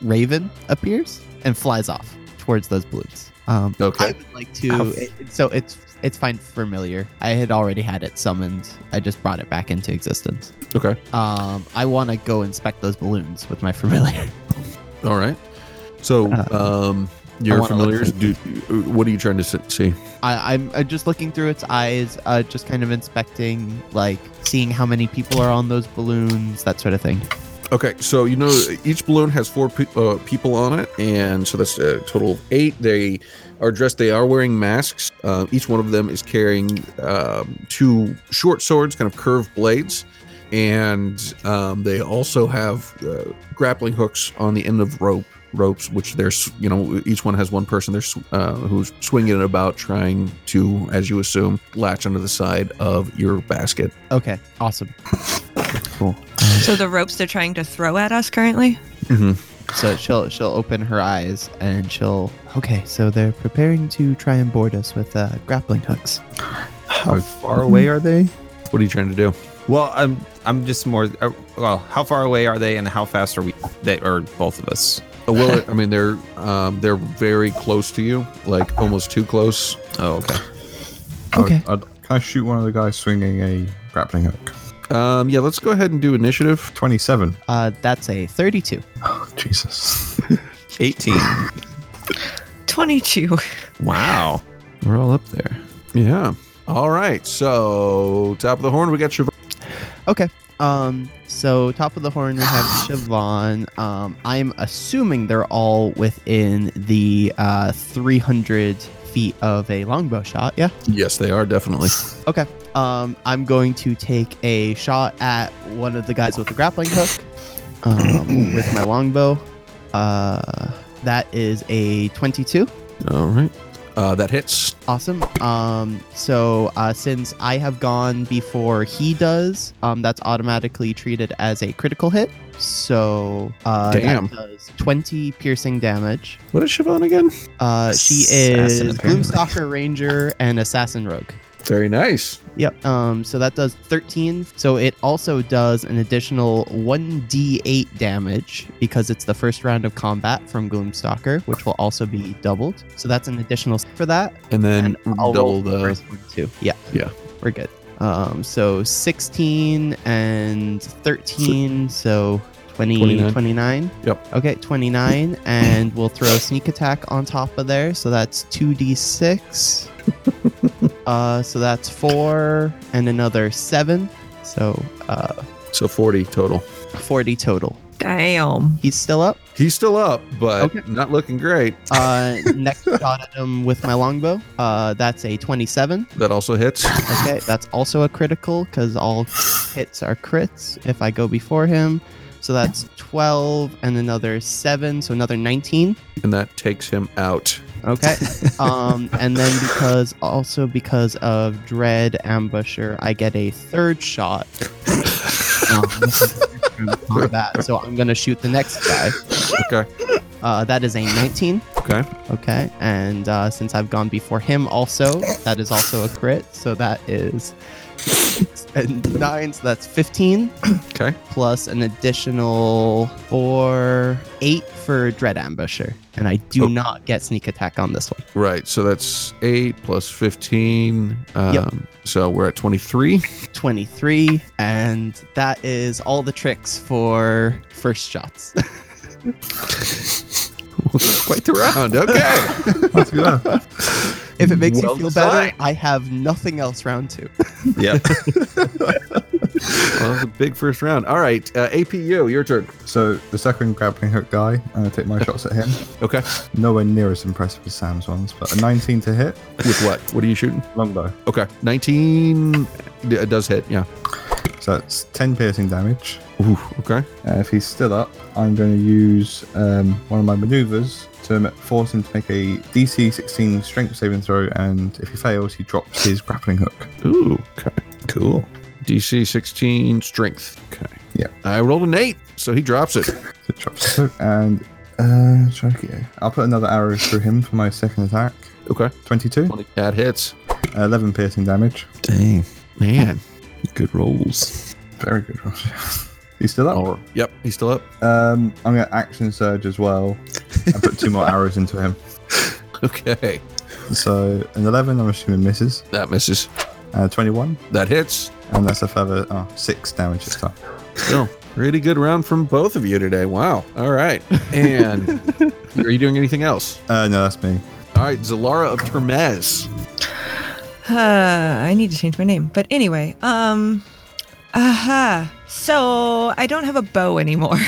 E: raven appears and flies off towards those balloons. Um,
A: Okay.
E: I would like to. it- it- so it's it's fine familiar. I had already had it summoned. I just brought it back into existence.
A: Okay.
E: Um, I want to go inspect those balloons with my familiar.
A: All right. So, um, your
E: wanna look
A: familiars, do, what are you trying to s- see?
E: I, I'm uh, just looking through its eyes, uh, just kind of inspecting, like seeing how many people are on those balloons, that sort of thing.
A: Okay, so you know each balloon has four pe- uh, people on it, and so that's a total of eight. They are dressed. They are wearing masks. Uh, each one of them is carrying um, two short swords, kind of curved blades, and um, they also have uh, grappling hooks on the end of rope ropes, which they're s- you know each one has one person they're s- uh, who's swinging it about, trying to, as you assume, latch onto the side of your basket.
E: Okay, awesome. Cool.
J: So the ropes they're trying to throw at us currently?
E: So she'll she'll open her eyes and she'll okay. So they're preparing to try and board us with uh, grappling hooks.
C: How far away are they?
A: What are you trying to do?
C: Well, I'm. I'm just more. Uh, well, how far away are they, and how fast are we? They are both of us.
A: Uh, Well, I mean they're um, they're very close to you, like almost too close.
C: Oh, okay.
D: I would-
E: Okay.
D: I'd, can I shoot one of the guys swinging a grappling hook?
A: Um, yeah, let's go ahead and do initiative.
D: 27.
E: Uh, that's a thirty-two.
D: Oh, Jesus.
C: Eighteen.
J: 22.
C: wow. We're all up there.
A: Yeah. All right. So top of the horn, we got your.
E: Okay. Um. So top of the horn we have Siobhan. Um. I'm assuming they're all within the uh 300 feet of a longbow shot. Yeah.
A: Yes, they are definitely.
E: Okay. Um, I'm going to take a shot at one of the guys with the grappling hook um, with my longbow. Uh, that is a 22.
A: All right. Uh, that hits.
E: Awesome. Um, so uh, since I have gone before he does, um, that's automatically treated as a critical hit. So uh, that
A: Damn.
E: does 20 piercing damage.
A: What is Siobhan again?
E: Uh, she
C: Assassin,
E: is
C: apparently.
E: Gloomstalker Ranger and Assassin Rogue.
A: Very nice.
E: Yep. Um, so that does 13. So it also does an additional 1d8 damage because it's the first round of combat from Gloomstalker, which will also be doubled. So that's an additional for that.
A: And then
E: I'll roll
A: double the.
E: first one too. Yeah.
A: Yeah.
E: We're good. Um, so 16 and 13. So 20,
A: 29.
E: 29.
A: Yep.
E: Okay, 29. And we'll throw a sneak attack on top of there. So that's 2d6. uh, so that's four and another seven. So uh,
A: So forty total.
E: 40 total.
J: Damn.
E: He's still up.
A: He's still up, but
E: Okay.
A: not looking great.
E: Uh, next shot at him with my longbow. Uh, that's a 27.
A: That also hits.
E: Okay, that's also a critical because all hits are crits if I go before him. So that's 12 and another 7, so another 19.
A: And that takes him out.
E: Okay. Um, and then because also because of Dread Ambusher, I get a third shot. Um, this is the first round of combat, so I'm going to shoot the next guy.
A: Okay.
E: Uh, that is a 19.
A: Okay.
E: Okay. And uh, since I've gone before him, also, that is also a crit. So that is six and nine. So that's 15.
A: Okay.
E: Plus an additional four, eight for Dread Ambusher. And I do
A: Oh.
E: not get sneak attack on this one.
A: Right. So that's eight plus fifteen. Um, So we're at twenty-three.
E: 23. And that is all the tricks for first shots.
A: Quite the round. Okay.
D: That's good.
E: if it makes
A: Well
E: you feel
A: designed.
E: better, I have nothing else round two.
C: Yeah.
A: Well, that was a big first round. All right, uh, APU, your turn.
D: So the second grappling hook guy, I'm gonna take my shots at him.
A: Okay.
D: Nowhere near as impressive as Sam's ones, but a 19 to hit.
A: With what? What are you shooting?
D: Lumbo.
A: Okay, 19 d- it does hit. Yeah.
D: So that's 10 piercing damage.
A: Ooh, okay.
D: Uh, if he's still up, I'm going to use um, one of my maneuvers to m- force him to make a DC 16 strength saving throw, and if he fails, he drops his grappling hook.
A: Ooh, okay.
C: Cool.
A: DC 16 strength. Okay.
D: Yeah.
A: I rolled an eight, so he drops it.
D: So he drops his hook, and uh, try to get- I'll put another arrow through him for my second attack.
A: Okay.
D: 22,
A: That hits.
D: 11 piercing damage.
C: Dang.
A: Man.
C: Good rolls.
D: Very good. roll. he's still up.
A: Oh, yep. He's still up.
D: Um, I'm going to action surge as well and put two more arrows into him.
A: Okay.
D: So an 11, I'm assuming misses.
A: That misses.
D: Uh, 21,
A: That hits.
D: and that's a further oh, six damage this time.
A: So, pretty good round from both of you today. Wow. All right. And are you doing anything else?
D: Uh, no, that's me.
A: All right, Zalara of Termez.
J: Uh, I need to change my name. But anyway, um, aha. So I don't have a bow anymore.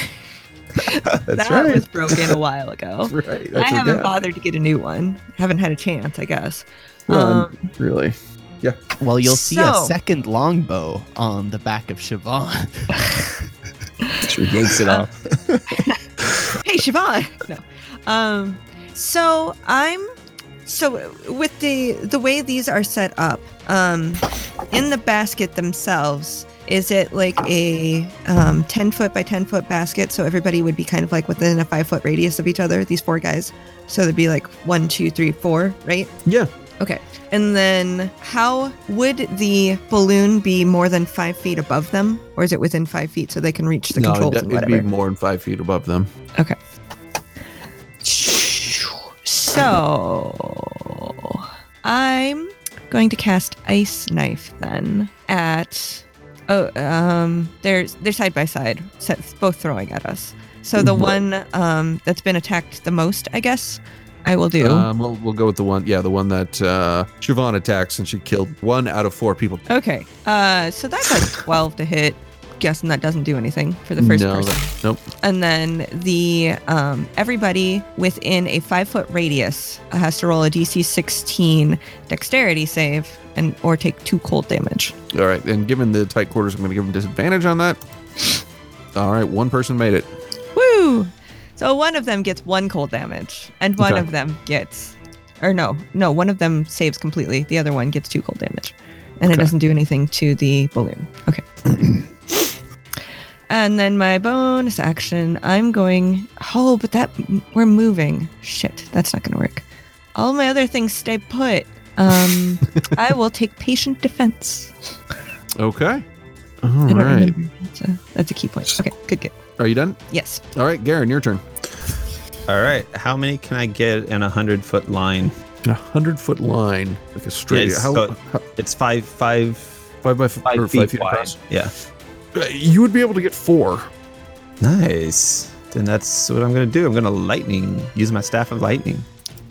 J: that was broken a while ago.
A: Right.
J: I haven't bothered to get a new one. Haven't had a chance, I guess. Um,
A: really.
E: Well, you'll see
J: So-
E: a second longbow on the back of Siobhan.
C: yanks it off.
J: hey, Siobhan. No. Um, so I'm. So with the the way these are set up, um, in the basket themselves, is it like a um, ten foot by ten foot basket? So everybody would be kind of like within a five foot radius of each other. These four guys. So there'd be like one, two, three, four, right?
A: Yeah.
J: Okay. And then how would the balloon be more than five feet above them, or is it within five feet so they can reach the
A: no, it'd,
J: controls? and
A: it'd
J: whatever?
A: be more than five feet above them.
J: So I'm going to cast Ice Knife then at oh um they're they're side by side, so it's both throwing at us. So
A: Mm-hmm.
J: the one um that's been attacked the most, I guess, I will do.
A: Um, we'll, we'll go with the one. Yeah, the one that uh, Siobhan attacks, and she killed one out of four people.
J: okay.
A: Oh.
J: Uh so that's a twelve to hit. Guessing that doesn't do anything for the first
A: no,
J: person.
A: that- nope.
J: and then the um, everybody within a five foot radius has to roll a DC 16 dexterity save and or take two cold damage.
A: All right, and given the tight quarters, I'm going to give him disadvantage on that. All right, one person made it.
J: Woo! So one of them gets one cold damage, and one
A: Okay.
J: of them gets, or no, no, one of them saves completely. The other one gets two cold damage, and it doesn't do anything to the balloon. Okay. and then my bonus action, I'm going. Oh, but that we're moving. Shit, that's not gonna work. All my other things stay put. Um, I will take patient defense.
A: Okay. All
J: I don't
A: right.
J: remember. That's a, that's a key point. Okay, good, good.
A: Are you done?
J: Yes.
A: All right, Garen, your turn.
C: All right. How many can I get in a hundred foot line?
A: A hundred foot line, like a straight.
C: Yes,
A: how,
C: so-
A: how-
C: It's five, five,
A: five by f-
C: five
A: or
C: feet,
A: five feet
C: wide.
A: across.
C: Yeah.
A: Uh, You would be able to get four.
C: Nice. Then that's what I'm gonna do. I'm gonna lightning. Use my staff of lightning.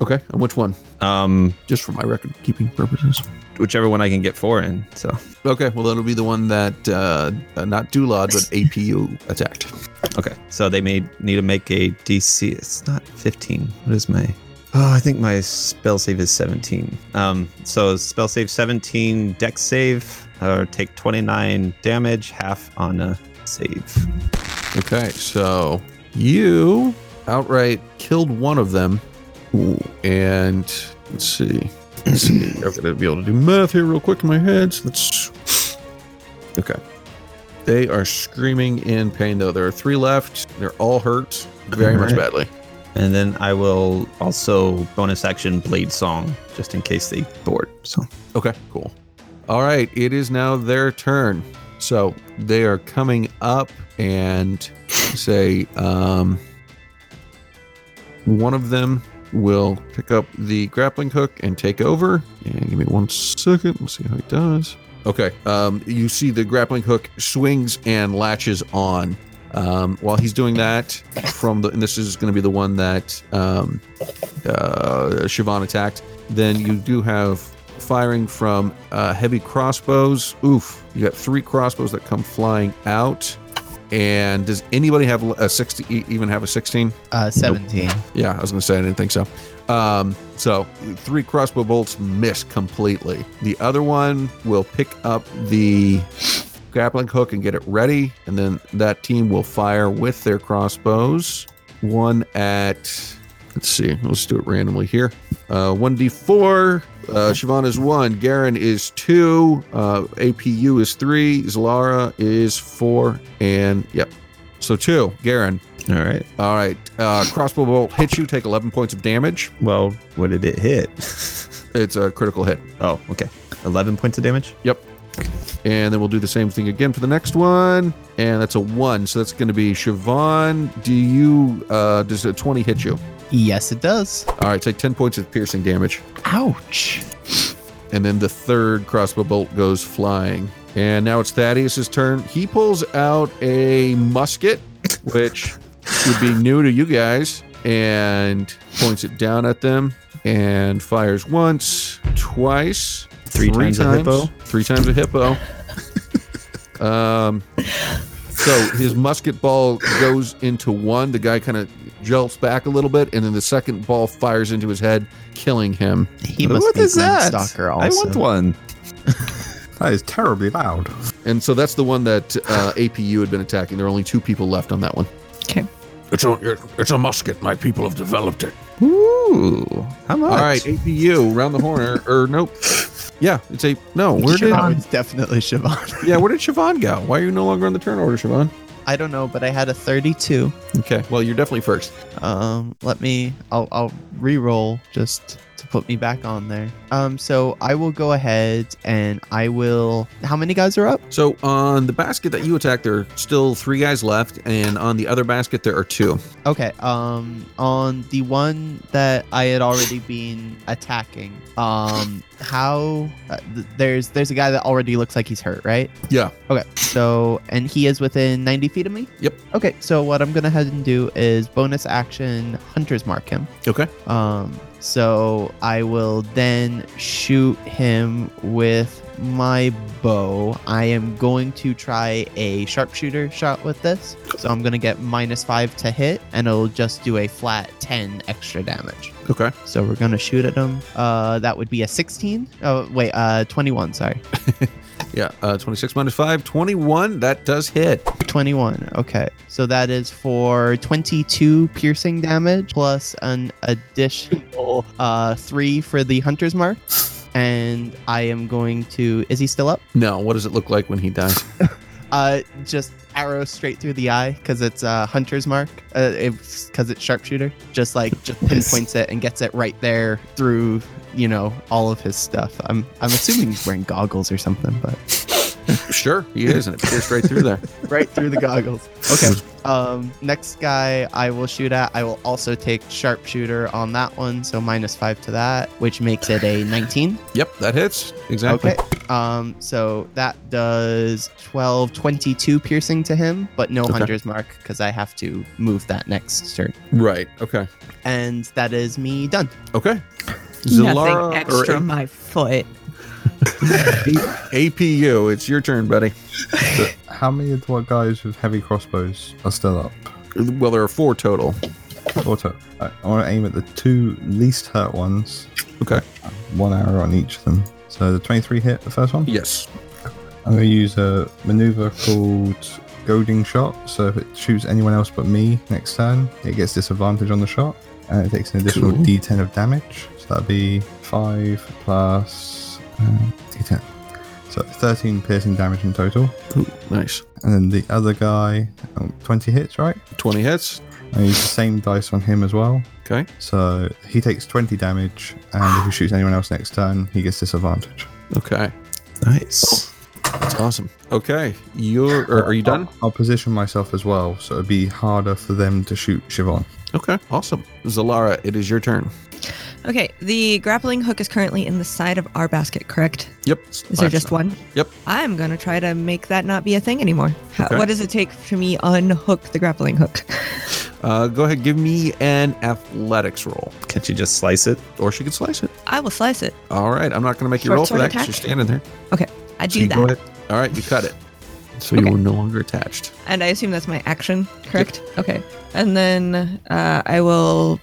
A: Okay, and which one?
C: Um,
A: Just for my record keeping purposes.
C: whichever one I can get four in. So
A: Okay, well that'll be the one that uh, uh, not Dulad but APU attacked.
C: okay. So they may need to make a DC. It's not 15. What is my? Oh, I think my spell save is 17. Um, so spell save 17, deck save, or take 29 damage, half on a save.
A: Okay, so you outright killed one of them, and let's see. Let's see. I'm gonna be able to do math here real quick in my head. So let's. Okay. They are screaming in pain though. There are three left. They're all hurt very much
C: Alright.
A: badly.
C: And then I will also bonus action blade song just in case they board. So
A: Okay, cool. All right, it is now their turn. So they are coming up and say, um, one of them will pick up the grappling hook and take over. And give me one second. We'll see how he does. Okay, um, you see the grappling hook swings and latches on. Um, while he's doing that, from the and this is going to be the one that um, uh, Siobhan attacked. Then you do have firing from uh, heavy crossbows. Oof. You got three crossbows that come flying out. And does anybody have a 60, e- even have a 16?
E: Uh, 17.
A: Yeah, I was going to say, I didn't think so. Um, so, three crossbow bolts miss completely. The other one will pick up the grappling hook and get it ready. And then that team will fire with their crossbows. One at, let's see, let's do it randomly here. Uh, 1d4. Uh, Siobhan is 1. Garen is 2. Uh, APU is 3. Zlara is 4. And, yep. So, 2. Garen.
C: All right.
A: All right. Uh, crossbow bolt hits you. Take 11 points of damage.
C: Well, what did it hit?
A: It's a critical hit.
C: oh, okay. 11 points of damage.
A: Yep. And then we'll do the same thing again for the next one. And that's a 1. So that's going to be Siobhan. Do you, uh, does a 20 hit you?
E: Yes, it does.
A: All right. Take 10 points of piercing damage.
E: Ouch.
A: And then the third crossbow bolt goes flying. And now it's Thaddeus's turn. He pulls out a musket, which would be new to you guys, and points it down at them and fires once, twice,
C: Three times a hippo.
A: three times a hippo. um, so his musket ball goes into one. The guy kind of jolts back a little bit, and then the second ball fires into his head, killing him.
E: He must
C: what
E: be
C: is that?
E: Stalker
C: I
E: also.
C: want one.
D: That is terribly loud.
A: And so that's the one that uh, APU had been attacking. There are only two people left on that one.
I: It's a, it's a musket. My people have developed it.
C: Ooh. How much?
A: All right, APU, round the horner, or nope. Yeah, it's a no. Where did
E: No, it's definitely Siobhan.
A: yeah? Where did Siobhan go? Why are you no longer on the turn order, Siobhan?
E: I don't know, but I had a 32.
A: Okay, well you're definitely first.
E: Um, let me. I'll I'll re-roll just to put me back on there. Um, so I will go ahead and I will. How many guys are up?
A: So on the basket that you attacked, there are still three guys left, and on the other basket there are two.
E: Okay. Um, on the one that I had already been attacking. Um, how? Uh, th- there's there's a guy that already looks like he's hurt, right?
A: Yeah.
E: Okay. So and he is within 90 feet of me.
A: Yep.
E: Okay. So what I'm gonna head and do is bonus action hunters mark him.
A: Okay.
E: Um, so I will then shoot him with my bow. I am going to try a sharpshooter shot with this. So I'm going to get minus five to hit, and it'll just do a flat 10 extra damage.
A: Okay.
E: So we're going to shoot at him. Uh, that would be a 16. Oh, wait, uh, 21, sorry.
A: Yeah. Uh, 26 minus 5, 21. That does hit.
E: 21. Okay. So that is for 22 piercing damage plus an additional uh, three for the hunter's mark. And I am going to. Is he still up?
A: No. What does it look like when he dies?
E: Uh, just arrow straight through the eye because it's uh, hunter's mark. Uh, it's because it's sharpshooter. Just like just pinpoints it and gets it right there through you know all of his stuff. I'm I'm assuming he's wearing goggles or something, but
A: sure, he is, and it pierced right through there.
E: right through the goggles. Okay. Um, next guy I will shoot at. I will also take sharpshooter on that one, so minus five to that, which makes it a 19.
A: Yep, that hits exactly.
E: Okay. Um, so that does 12, 22 piercing to him, but no hunter's mark because I have to move that next turn.
A: Right. Okay.
E: And that is me done.
A: Okay.
J: Nothing
A: Zilara or
J: extra. My foot.
A: APU, it's your turn, buddy.
D: How many of the guys with heavy crossbows are still up?
A: Well, there are four total.
D: Auto. I, I want to aim at the two least hurt ones.
A: Okay.
D: One arrow on each of them. So the 23 hit the first one.
A: Yes.
D: I'm going to use a maneuver called goading shot. So if it shoots anyone else but me next turn, it gets disadvantage on the shot, and it takes an additional
A: Cool.
D: D10 of damage. So that'd be five plus uh, D10. So 13 piercing damage in total.
A: Ooh, nice.
D: And then the other guy, oh, 20 hits, right?
A: 20 hits.
D: I use the same dice on him as well.
A: Okay.
D: So he takes 20 damage, and if he shoots anyone else next turn, he gets disadvantage.
A: Okay. Oh.
C: Nice.
A: That's awesome. Okay. You're, are, are you done?
D: I'll position myself as well, so it'd be harder for them to shoot Siobhan.
A: Okay. Awesome. Zalara, it is your turn.
J: Okay, the grappling hook is currently in the side of our basket, correct?
A: Yep.
J: Is there just one?
A: Yep.
J: I'm gonna try to make that not be a thing anymore. How,
A: Okay.
J: What does it take for me unhook the grappling hook?
A: Uh, go ahead, give me an athletics roll,
C: Can't you just slice it?
A: or she could slice it.
J: I will slice it.
A: All right, I'm not going to make you
J: Short
A: roll for
J: sword
A: that. 'cause
J: attack?
A: You're standing there.
J: I
A: So
J: do
A: you go
J: that.
A: ahead. All right, you cut it. So you
J: Okay.
A: were no longer attached.
J: And I assume that's my action, correct? Okay. And then uh, I will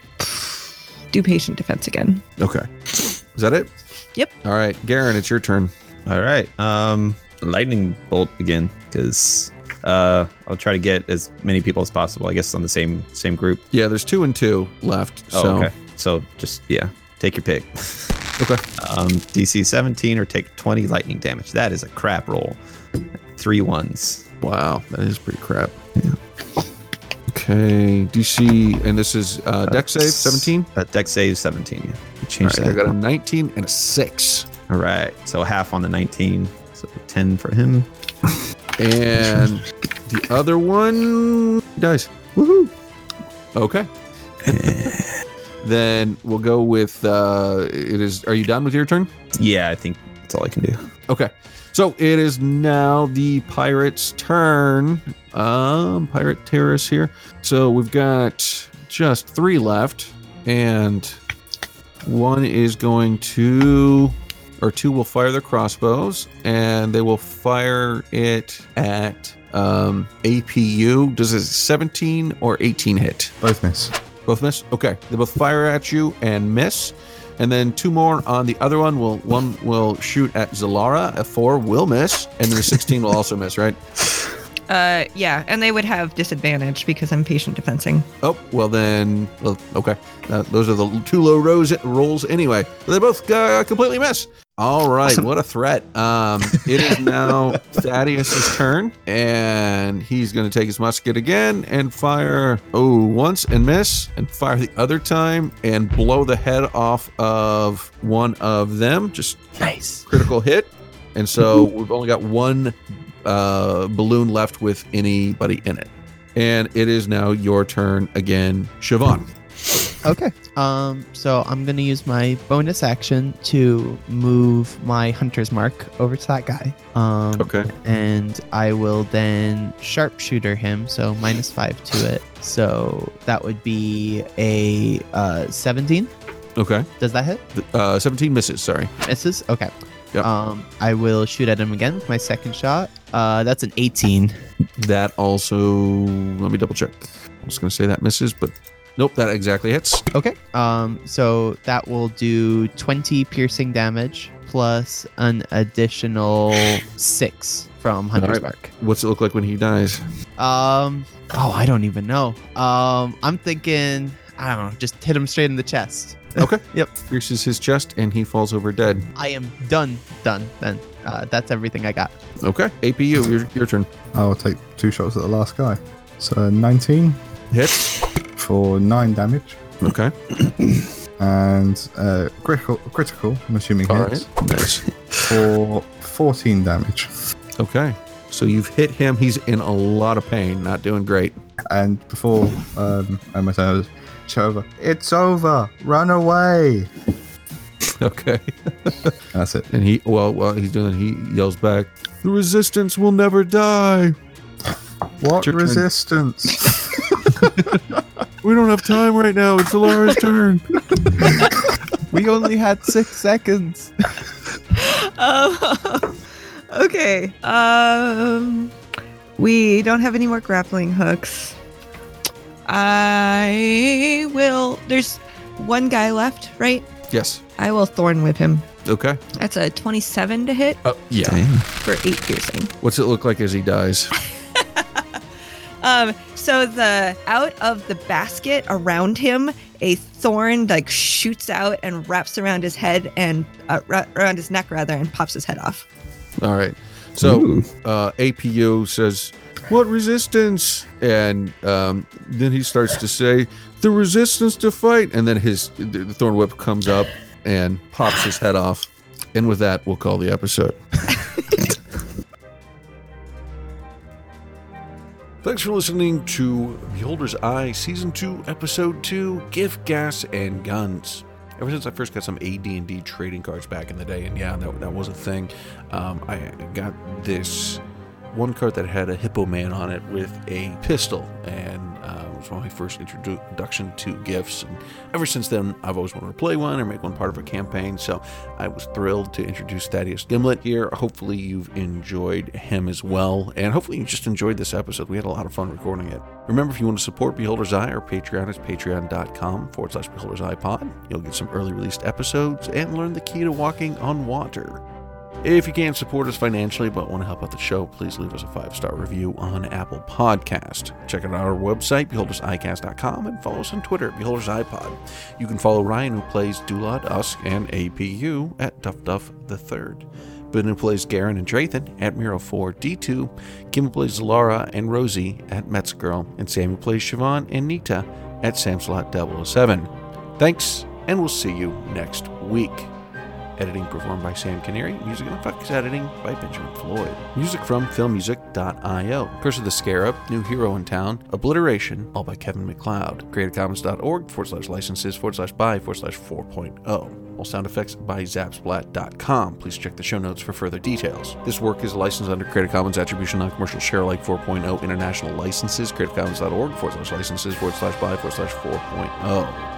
J: do patient defense again.
A: Okay. Is that it?
J: Yep.
A: All right, Garen, it's your turn.
C: All right. Um, lightning bolt again, because uh, I'll try to get as many people as possible. I guess on the same same group.
A: Yeah, there's two and two left.
C: Oh,
A: so
C: okay. So just yeah, take your pick.
A: Okay.
C: Um, DC 17 or take 20 lightning damage. That is a crap roll. Three ones.
A: wow, that is pretty crap. Okay, DC, and this is uh, Dex save 17.
C: Uh, deck save 17. Yeah. You
A: All
C: Change
A: right, I
C: that.
A: got a 19 and a six,
C: All right. So half on the 19. So 10 for him.
A: and the other one dies. Woohoo! Okay. then we'll go with uh, it is. Are you done with your turn?
C: Yeah, I think that's all I can do.
A: Okay. So it is now the pirate's turn. Um, pirate terrace here. So we've got just three left, and one is going to, or two will fire their crossbows, and they will fire it at um, APU. Does it 17 or 18 hit?
D: Both miss.
A: Both miss. Okay, they both fire at you and miss, and then two more on the other one. Will one will shoot at Zalara? A four will miss, and then a sixteen will also miss, right?
J: Uh, yeah. And they would have disadvantage because I'm patient defensing.
A: Oh well, then well, okay. Uh, those are the two low rows rolls anyway. They both uh, completely miss. All right, what a threat. Um, it is now Thaddeus's turn, and he's going to take his musket again and fire. Oh, once and miss, and fire the other time and blow the head off of one of them. Just
E: Nice.
A: critical hit, and so we've only got one uh, balloon left with anybody in it. And it is now your turn again, Siobhan.
E: Okay. Um, so I'm gonna use my bonus action to move my hunter's mark over to that guy. Um,
A: Okay.
E: and I will then sharpshooter him, so minus five to it. So that would be a uh, 17.
A: Okay.
E: Does that hit?
A: Th- Uh, 17 misses, sorry.
E: Misses? Okay.
A: Yep.
E: Um, I will shoot at him again with my second shot. Uh, that's an 18.
A: That also, let me double check. I was going to say that misses, but nope, that exactly hits.
E: Okay. Um, so that will do 20 piercing damage plus an additional six from Hunter's
A: Alright.
E: Mark.
A: What's it look like when he dies?
E: Um, oh, I don't even know. Um, I'm thinking, I don't know, just hit him straight in the chest.
A: Okay.
E: Yep.
A: Pierces his chest and he falls over dead.
E: I am done, done, then. Uh, that's everything I got.
A: Okay. APU, your, your turn.
D: I'll take two shots at the last guy. So 19
A: Hit.
D: for 9 damage.
A: Okay.
D: And uh, critical, critical, I'm assuming
A: All
D: hits,
A: right. Nice.
D: for 14 damage.
A: Okay. So you've hit him. He's in a lot of pain, not doing great.
D: And before um, I must say, I was, it's over. It's over. Run away.
A: Okay.
D: That's it.
A: And he, well, while he's doing, that, he yells back, "The resistance will never die.
D: What
A: your turn.
D: resistance?
A: We don't have time right now. It's Laura's turn."
E: We only had six seconds.
J: Oh, okay. Um, we don't have any more grappling hooks. I will. There's one guy left, right?
A: Yes.
J: I will thorn whip him.
A: Okay.
J: That's a 27 to hit
A: Uh, yeah.
C: Damn.
J: for eight piercing.
A: What's it look like as he dies?
J: Um, so the out of the basket around him, a thorn like shoots out and wraps around his head and uh, ra- around his neck rather, and pops his head off.
A: All right. So uh, APU says, "What resistance?" And um, then he starts to say, "The resistance to fight." And then his the the thorn whip comes up and pops his head off. And with that, we'll call the episode.
H: Thanks for listening to Beholder's Eye, Season 2, Episode 2, Gift, Gas, and Guns. Ever since I first got some AD&D trading cards back in the day, and yeah, that, that was a thing, um, I got this one card that had a Hippo Man on it with a pistol, and um,
A: was my first introduction to gifts. And ever since then, I've always wanted to play one or make one part of a campaign. So I was thrilled to introduce Thaddeus Gimlet here. Hopefully, you've enjoyed him as well. And hopefully, you just enjoyed this episode. We had a lot of fun recording it. Remember, if you want to support Beholder's Eye, our Patreon is patreon.com forward slash Beholder's Eye pod. You'll get some early released episodes and learn the key to walking on water. If you can't support us financially but want to help out the show, please leave us a five star review on Apple Podcast. Check out our website, beholdersicast.com, and follow us on Twitter, beholdersipod. You can follow Ryan, who plays Dulot, Usk, and APU at Duff Duff the Third. Ben, who plays Garen and Drathan at Miro4D2. Kim, who plays Lara and Rosie at Metz Girl. And Sam, who plays Siobhan and Nita at Samslot 007. Thanks, and we'll see you next week. Editing performed by Sam Canary. Music and effects editing by Benjamin Floyd. Music from filmmusic.io. Curse of the Scarab, New Hero in Town, Obliteration, all by Kevin McLeod. CreativeCommons.org forward slash licenses forward slash buy forward slash 4.0. All sound effects by Zapsplat.com. Please check the show notes for further details. This work is licensed under Creative Commons Attribution Non Commercial Share Alike oh. 4.0 International Licenses. CreativeCommons.org forward slash licenses forward slash buy forward slash 4.0.